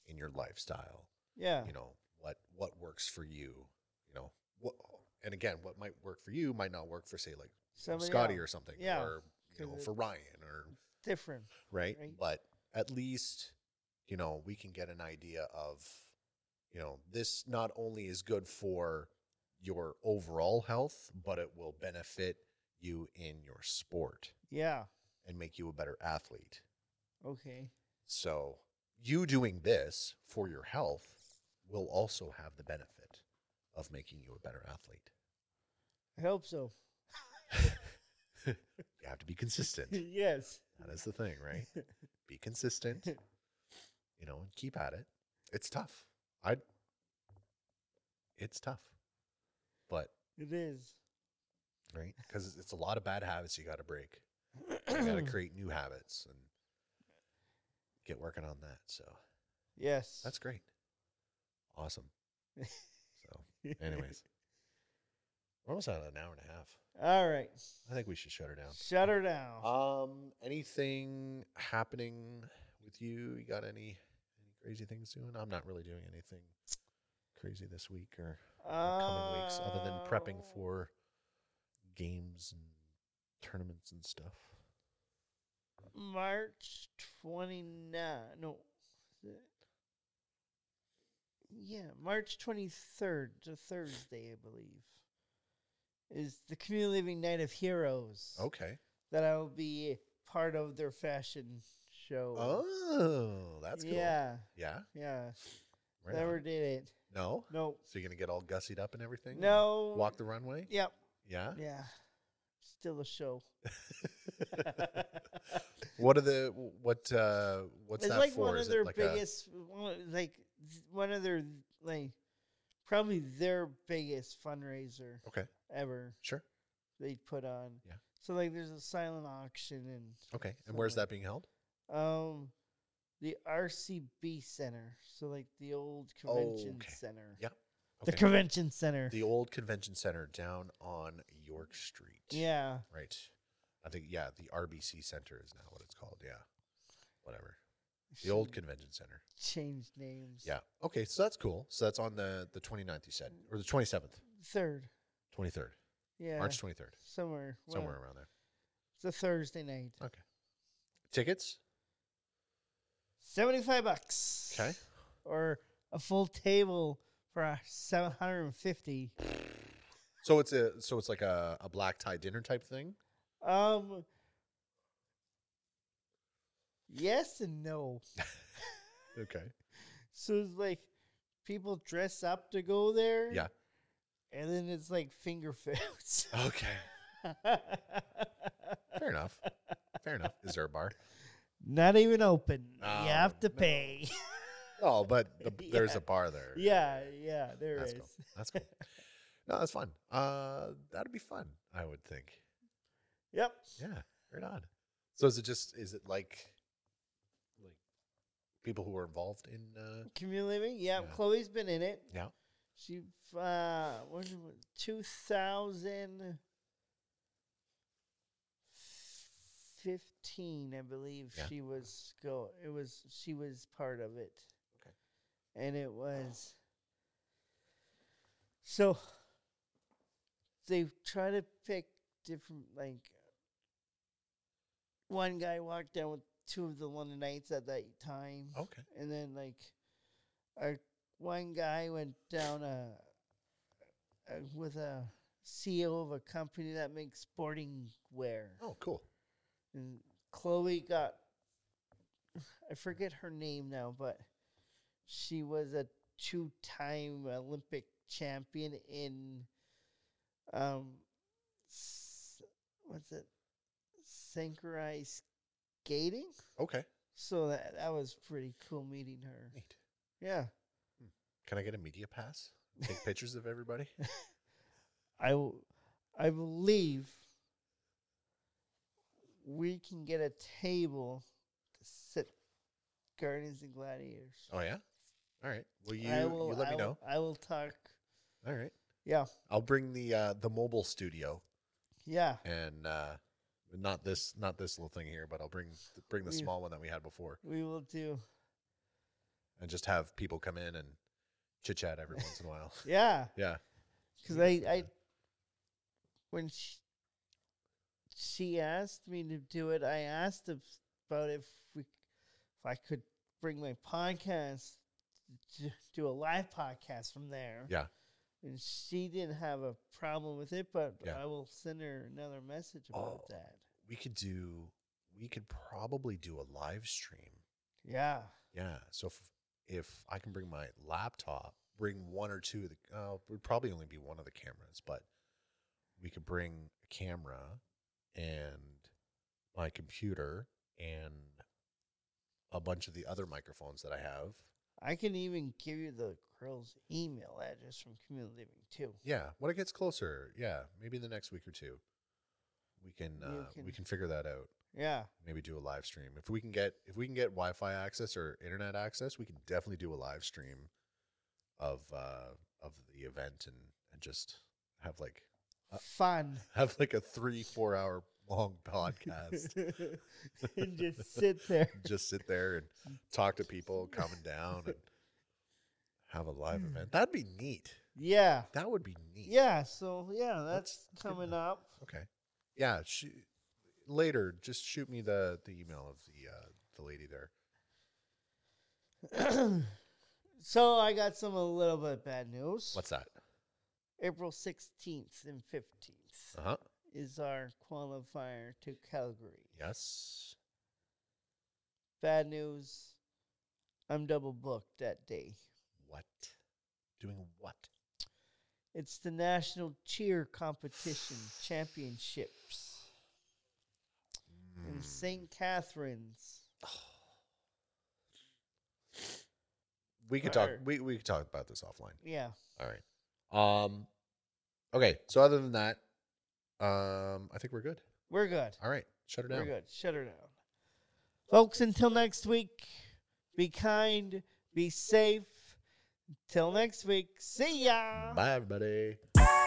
[SPEAKER 3] in your lifestyle.
[SPEAKER 2] Yeah.
[SPEAKER 3] you know what what works for you you know what and again what might work for you might not work for say like you know,
[SPEAKER 2] Somebody
[SPEAKER 3] scotty
[SPEAKER 2] else.
[SPEAKER 3] or something
[SPEAKER 2] Yeah,
[SPEAKER 3] or you
[SPEAKER 2] 'cause
[SPEAKER 3] know
[SPEAKER 2] it-
[SPEAKER 3] for ryan or
[SPEAKER 2] different.
[SPEAKER 3] right?
[SPEAKER 2] right.
[SPEAKER 3] but at least you know we can get an idea of you know this not only is good for your overall health but it will benefit you in your sport
[SPEAKER 2] Yeah.
[SPEAKER 3] and make you a better athlete
[SPEAKER 2] Okay.
[SPEAKER 3] so you doing this for your health will also have the benefit of making you a better athlete.
[SPEAKER 2] I hope so.
[SPEAKER 3] You have to be consistent.
[SPEAKER 2] yes.
[SPEAKER 3] that is the thing, right? Be consistent. You know, and keep at it. It's tough. I. It's tough, but
[SPEAKER 2] It is.
[SPEAKER 3] right because it's a lot of bad habits you got to break. You got to create new habits and get working on that. So
[SPEAKER 2] yes.
[SPEAKER 3] that's great. Awesome. So, anyways, we're almost at an hour and a half.
[SPEAKER 2] All right.
[SPEAKER 3] I think we should shut her down.
[SPEAKER 2] Shut her down.
[SPEAKER 3] Um, anything happening with you? You got any any crazy things doing? I'm not really doing anything crazy this week or or coming weeks, other than prepping
[SPEAKER 2] Oh.
[SPEAKER 3] for games and tournaments and stuff.
[SPEAKER 2] March 29. No. is it- Yeah, March 23rd, to Thursday, I believe, is the Community Living Night of Heroes.
[SPEAKER 3] Okay.
[SPEAKER 2] That I will be part of their fashion show.
[SPEAKER 3] Oh, that's cool.
[SPEAKER 2] Yeah,
[SPEAKER 3] Oh. Yeah.
[SPEAKER 2] yeah.
[SPEAKER 3] Right on.
[SPEAKER 2] Never did it.
[SPEAKER 3] No.
[SPEAKER 2] No.
[SPEAKER 3] So you're gonna get all gussied up and everything? and
[SPEAKER 2] No.
[SPEAKER 3] Walk the runway.
[SPEAKER 2] Yep.
[SPEAKER 3] Yeah.
[SPEAKER 2] Yeah. Still a show.
[SPEAKER 3] what are the what? uh What's
[SPEAKER 2] it's
[SPEAKER 3] that
[SPEAKER 2] like
[SPEAKER 3] for?
[SPEAKER 2] one of
[SPEAKER 3] Is it
[SPEAKER 2] their
[SPEAKER 3] like a-
[SPEAKER 2] biggest, one- like th- one of their like probably their biggest fundraiser
[SPEAKER 3] okay.
[SPEAKER 2] ever
[SPEAKER 3] Sure.
[SPEAKER 2] they put on.
[SPEAKER 3] Yeah.
[SPEAKER 2] So like, there's a silent auction and
[SPEAKER 3] Okay. And where's
[SPEAKER 2] Somewhere.
[SPEAKER 3] that being held?
[SPEAKER 2] um, the RCB Center. So like the old convention
[SPEAKER 3] Oh, okay.
[SPEAKER 2] center.
[SPEAKER 3] Yeah,
[SPEAKER 2] The
[SPEAKER 3] okay.
[SPEAKER 2] convention center.
[SPEAKER 3] The old convention center down on York Street.
[SPEAKER 2] yeah.
[SPEAKER 3] Right. I think yeah, the RBC Center is now what it's called. Yeah. Whatever. The old convention center.
[SPEAKER 2] changed names.
[SPEAKER 3] Yeah. Okay, so that's cool. So that's on the the 29th you said or the 27th,
[SPEAKER 2] Third.
[SPEAKER 3] 23rd.
[SPEAKER 2] Yeah.
[SPEAKER 3] March 23rd.
[SPEAKER 2] Somewhere.
[SPEAKER 3] Somewhere
[SPEAKER 2] whatever.
[SPEAKER 3] around there.
[SPEAKER 2] It's a Thursday night.
[SPEAKER 3] Okay. Tickets?
[SPEAKER 2] Seventy-five bucks.
[SPEAKER 3] Okay.
[SPEAKER 2] Or a full table for seven hundred and fifty.
[SPEAKER 3] So it's a so it's like a, a black tie dinner type thing.
[SPEAKER 2] Um. Yes and no.
[SPEAKER 3] Okay.
[SPEAKER 2] So it's like people dress up to go there.
[SPEAKER 3] Yeah.
[SPEAKER 2] And then it's like finger foods.
[SPEAKER 3] Okay. Fair enough. Fair enough. Is there a bar?
[SPEAKER 2] Not even open.
[SPEAKER 3] Oh,
[SPEAKER 2] you have to
[SPEAKER 3] no.
[SPEAKER 2] pay.
[SPEAKER 3] Oh, but the,
[SPEAKER 2] Yeah.
[SPEAKER 3] there's a bar there.
[SPEAKER 2] yeah, yeah, there
[SPEAKER 3] That's
[SPEAKER 2] is.
[SPEAKER 3] cool. That's cool. No, that's fun. Uh, that'd be fun. I would think.
[SPEAKER 2] Yep.
[SPEAKER 3] Yeah, right on. So is it just is it like like people who are involved in? Uh,
[SPEAKER 2] Community living. Yeah,
[SPEAKER 3] Yeah.
[SPEAKER 2] Chloe's been in it.
[SPEAKER 3] yeah.
[SPEAKER 2] She uh what was it, two thousand fifteen, I believe
[SPEAKER 3] Yeah.
[SPEAKER 2] she was go it was she was part of it.
[SPEAKER 3] Okay.
[SPEAKER 2] And it was so they try to pick different like one guy walked down with two of the London Knights at that time.
[SPEAKER 3] Okay.
[SPEAKER 2] And then like our one guy went down a, a with a CEO of a company that makes sporting wear.
[SPEAKER 3] Oh, cool.
[SPEAKER 2] And Chloe got I forget her name now, but she was a two-time Olympic champion in um s- what's it? Synchronized skating.
[SPEAKER 3] Okay.
[SPEAKER 2] So that that was pretty cool meeting her.
[SPEAKER 3] Neat.
[SPEAKER 2] Yeah.
[SPEAKER 3] Can I get a media pass? Take pictures of everybody.
[SPEAKER 2] I, w- I believe we can get a table to sit Guardians and Gladiators.
[SPEAKER 3] Oh yeah. All right. Well, you,
[SPEAKER 2] I will,
[SPEAKER 3] you let
[SPEAKER 2] I
[SPEAKER 3] me
[SPEAKER 2] will-
[SPEAKER 3] know.
[SPEAKER 2] I will talk.
[SPEAKER 3] All right.
[SPEAKER 2] Yeah.
[SPEAKER 3] I'll bring the uh, the mobile studio
[SPEAKER 2] Yeah.
[SPEAKER 3] and uh, not this not this little thing here, but I'll bring bring the
[SPEAKER 2] We-
[SPEAKER 3] small one that we had before.
[SPEAKER 2] We will do.
[SPEAKER 3] and just have people come in and chit chat every once in a while.
[SPEAKER 2] Yeah.
[SPEAKER 3] Yeah.
[SPEAKER 2] Because I, I, when she, she asked me to do it, I asked ab- about if we, if I could bring my podcast, to do a live podcast from there.
[SPEAKER 3] Yeah.
[SPEAKER 2] and she didn't have a problem with it, but
[SPEAKER 3] Yeah.
[SPEAKER 2] I will send her another message about
[SPEAKER 3] Oh.
[SPEAKER 2] that.
[SPEAKER 3] We could do, we could probably do a live stream.
[SPEAKER 2] Yeah.
[SPEAKER 3] Yeah. So if, if I can bring my laptop, bring one or two of the, uh, it would probably only be one of the cameras, but we could bring a camera and my computer and a bunch of the other microphones that I have.
[SPEAKER 2] I can even give you the girl's email address from community living too.
[SPEAKER 3] Yeah, when it gets closer, yeah, maybe in the next week or two, we can
[SPEAKER 2] You
[SPEAKER 3] uh, we
[SPEAKER 2] can-
[SPEAKER 3] can figure that out.
[SPEAKER 2] Yeah,
[SPEAKER 3] Maybe do a live stream if we can get if we can get Wi-Fi access or internet access, we can definitely do a live stream of uh, of the event and and just have like Uh,
[SPEAKER 2] fun.
[SPEAKER 3] have like a three four hour long podcast.
[SPEAKER 2] and just sit there.
[SPEAKER 3] just sit there and talk to people coming down and have a live
[SPEAKER 2] Hmm.
[SPEAKER 3] event. That'd be neat.
[SPEAKER 2] Yeah,
[SPEAKER 3] That would be neat.
[SPEAKER 2] yeah. So yeah, that's
[SPEAKER 3] Let's do
[SPEAKER 2] coming
[SPEAKER 3] that.
[SPEAKER 2] up.
[SPEAKER 3] Okay. Yeah. She, later, just shoot me the the email of the uh, the lady there.
[SPEAKER 2] so I got some a little bit bad news.
[SPEAKER 3] What's that?
[SPEAKER 2] April sixteenth and fifteenth
[SPEAKER 3] Uh huh.
[SPEAKER 2] is our qualifier to Calgary.
[SPEAKER 3] Yes.
[SPEAKER 2] Bad news. I'm double booked that day.
[SPEAKER 3] What? Doing what?
[SPEAKER 2] It's the National Cheer Competition Championships in St. Catharines.
[SPEAKER 3] We could talk.
[SPEAKER 2] Alright.
[SPEAKER 3] We we could talk about this offline.
[SPEAKER 2] Yeah.
[SPEAKER 3] All right. Um. Okay. So other than that, um, I think we're good.
[SPEAKER 2] We're good.
[SPEAKER 3] All right. Shut her down.
[SPEAKER 2] We're good. Shut her down. Folks, until next week, be kind, be safe. Till next week, see ya.
[SPEAKER 3] Bye, everybody.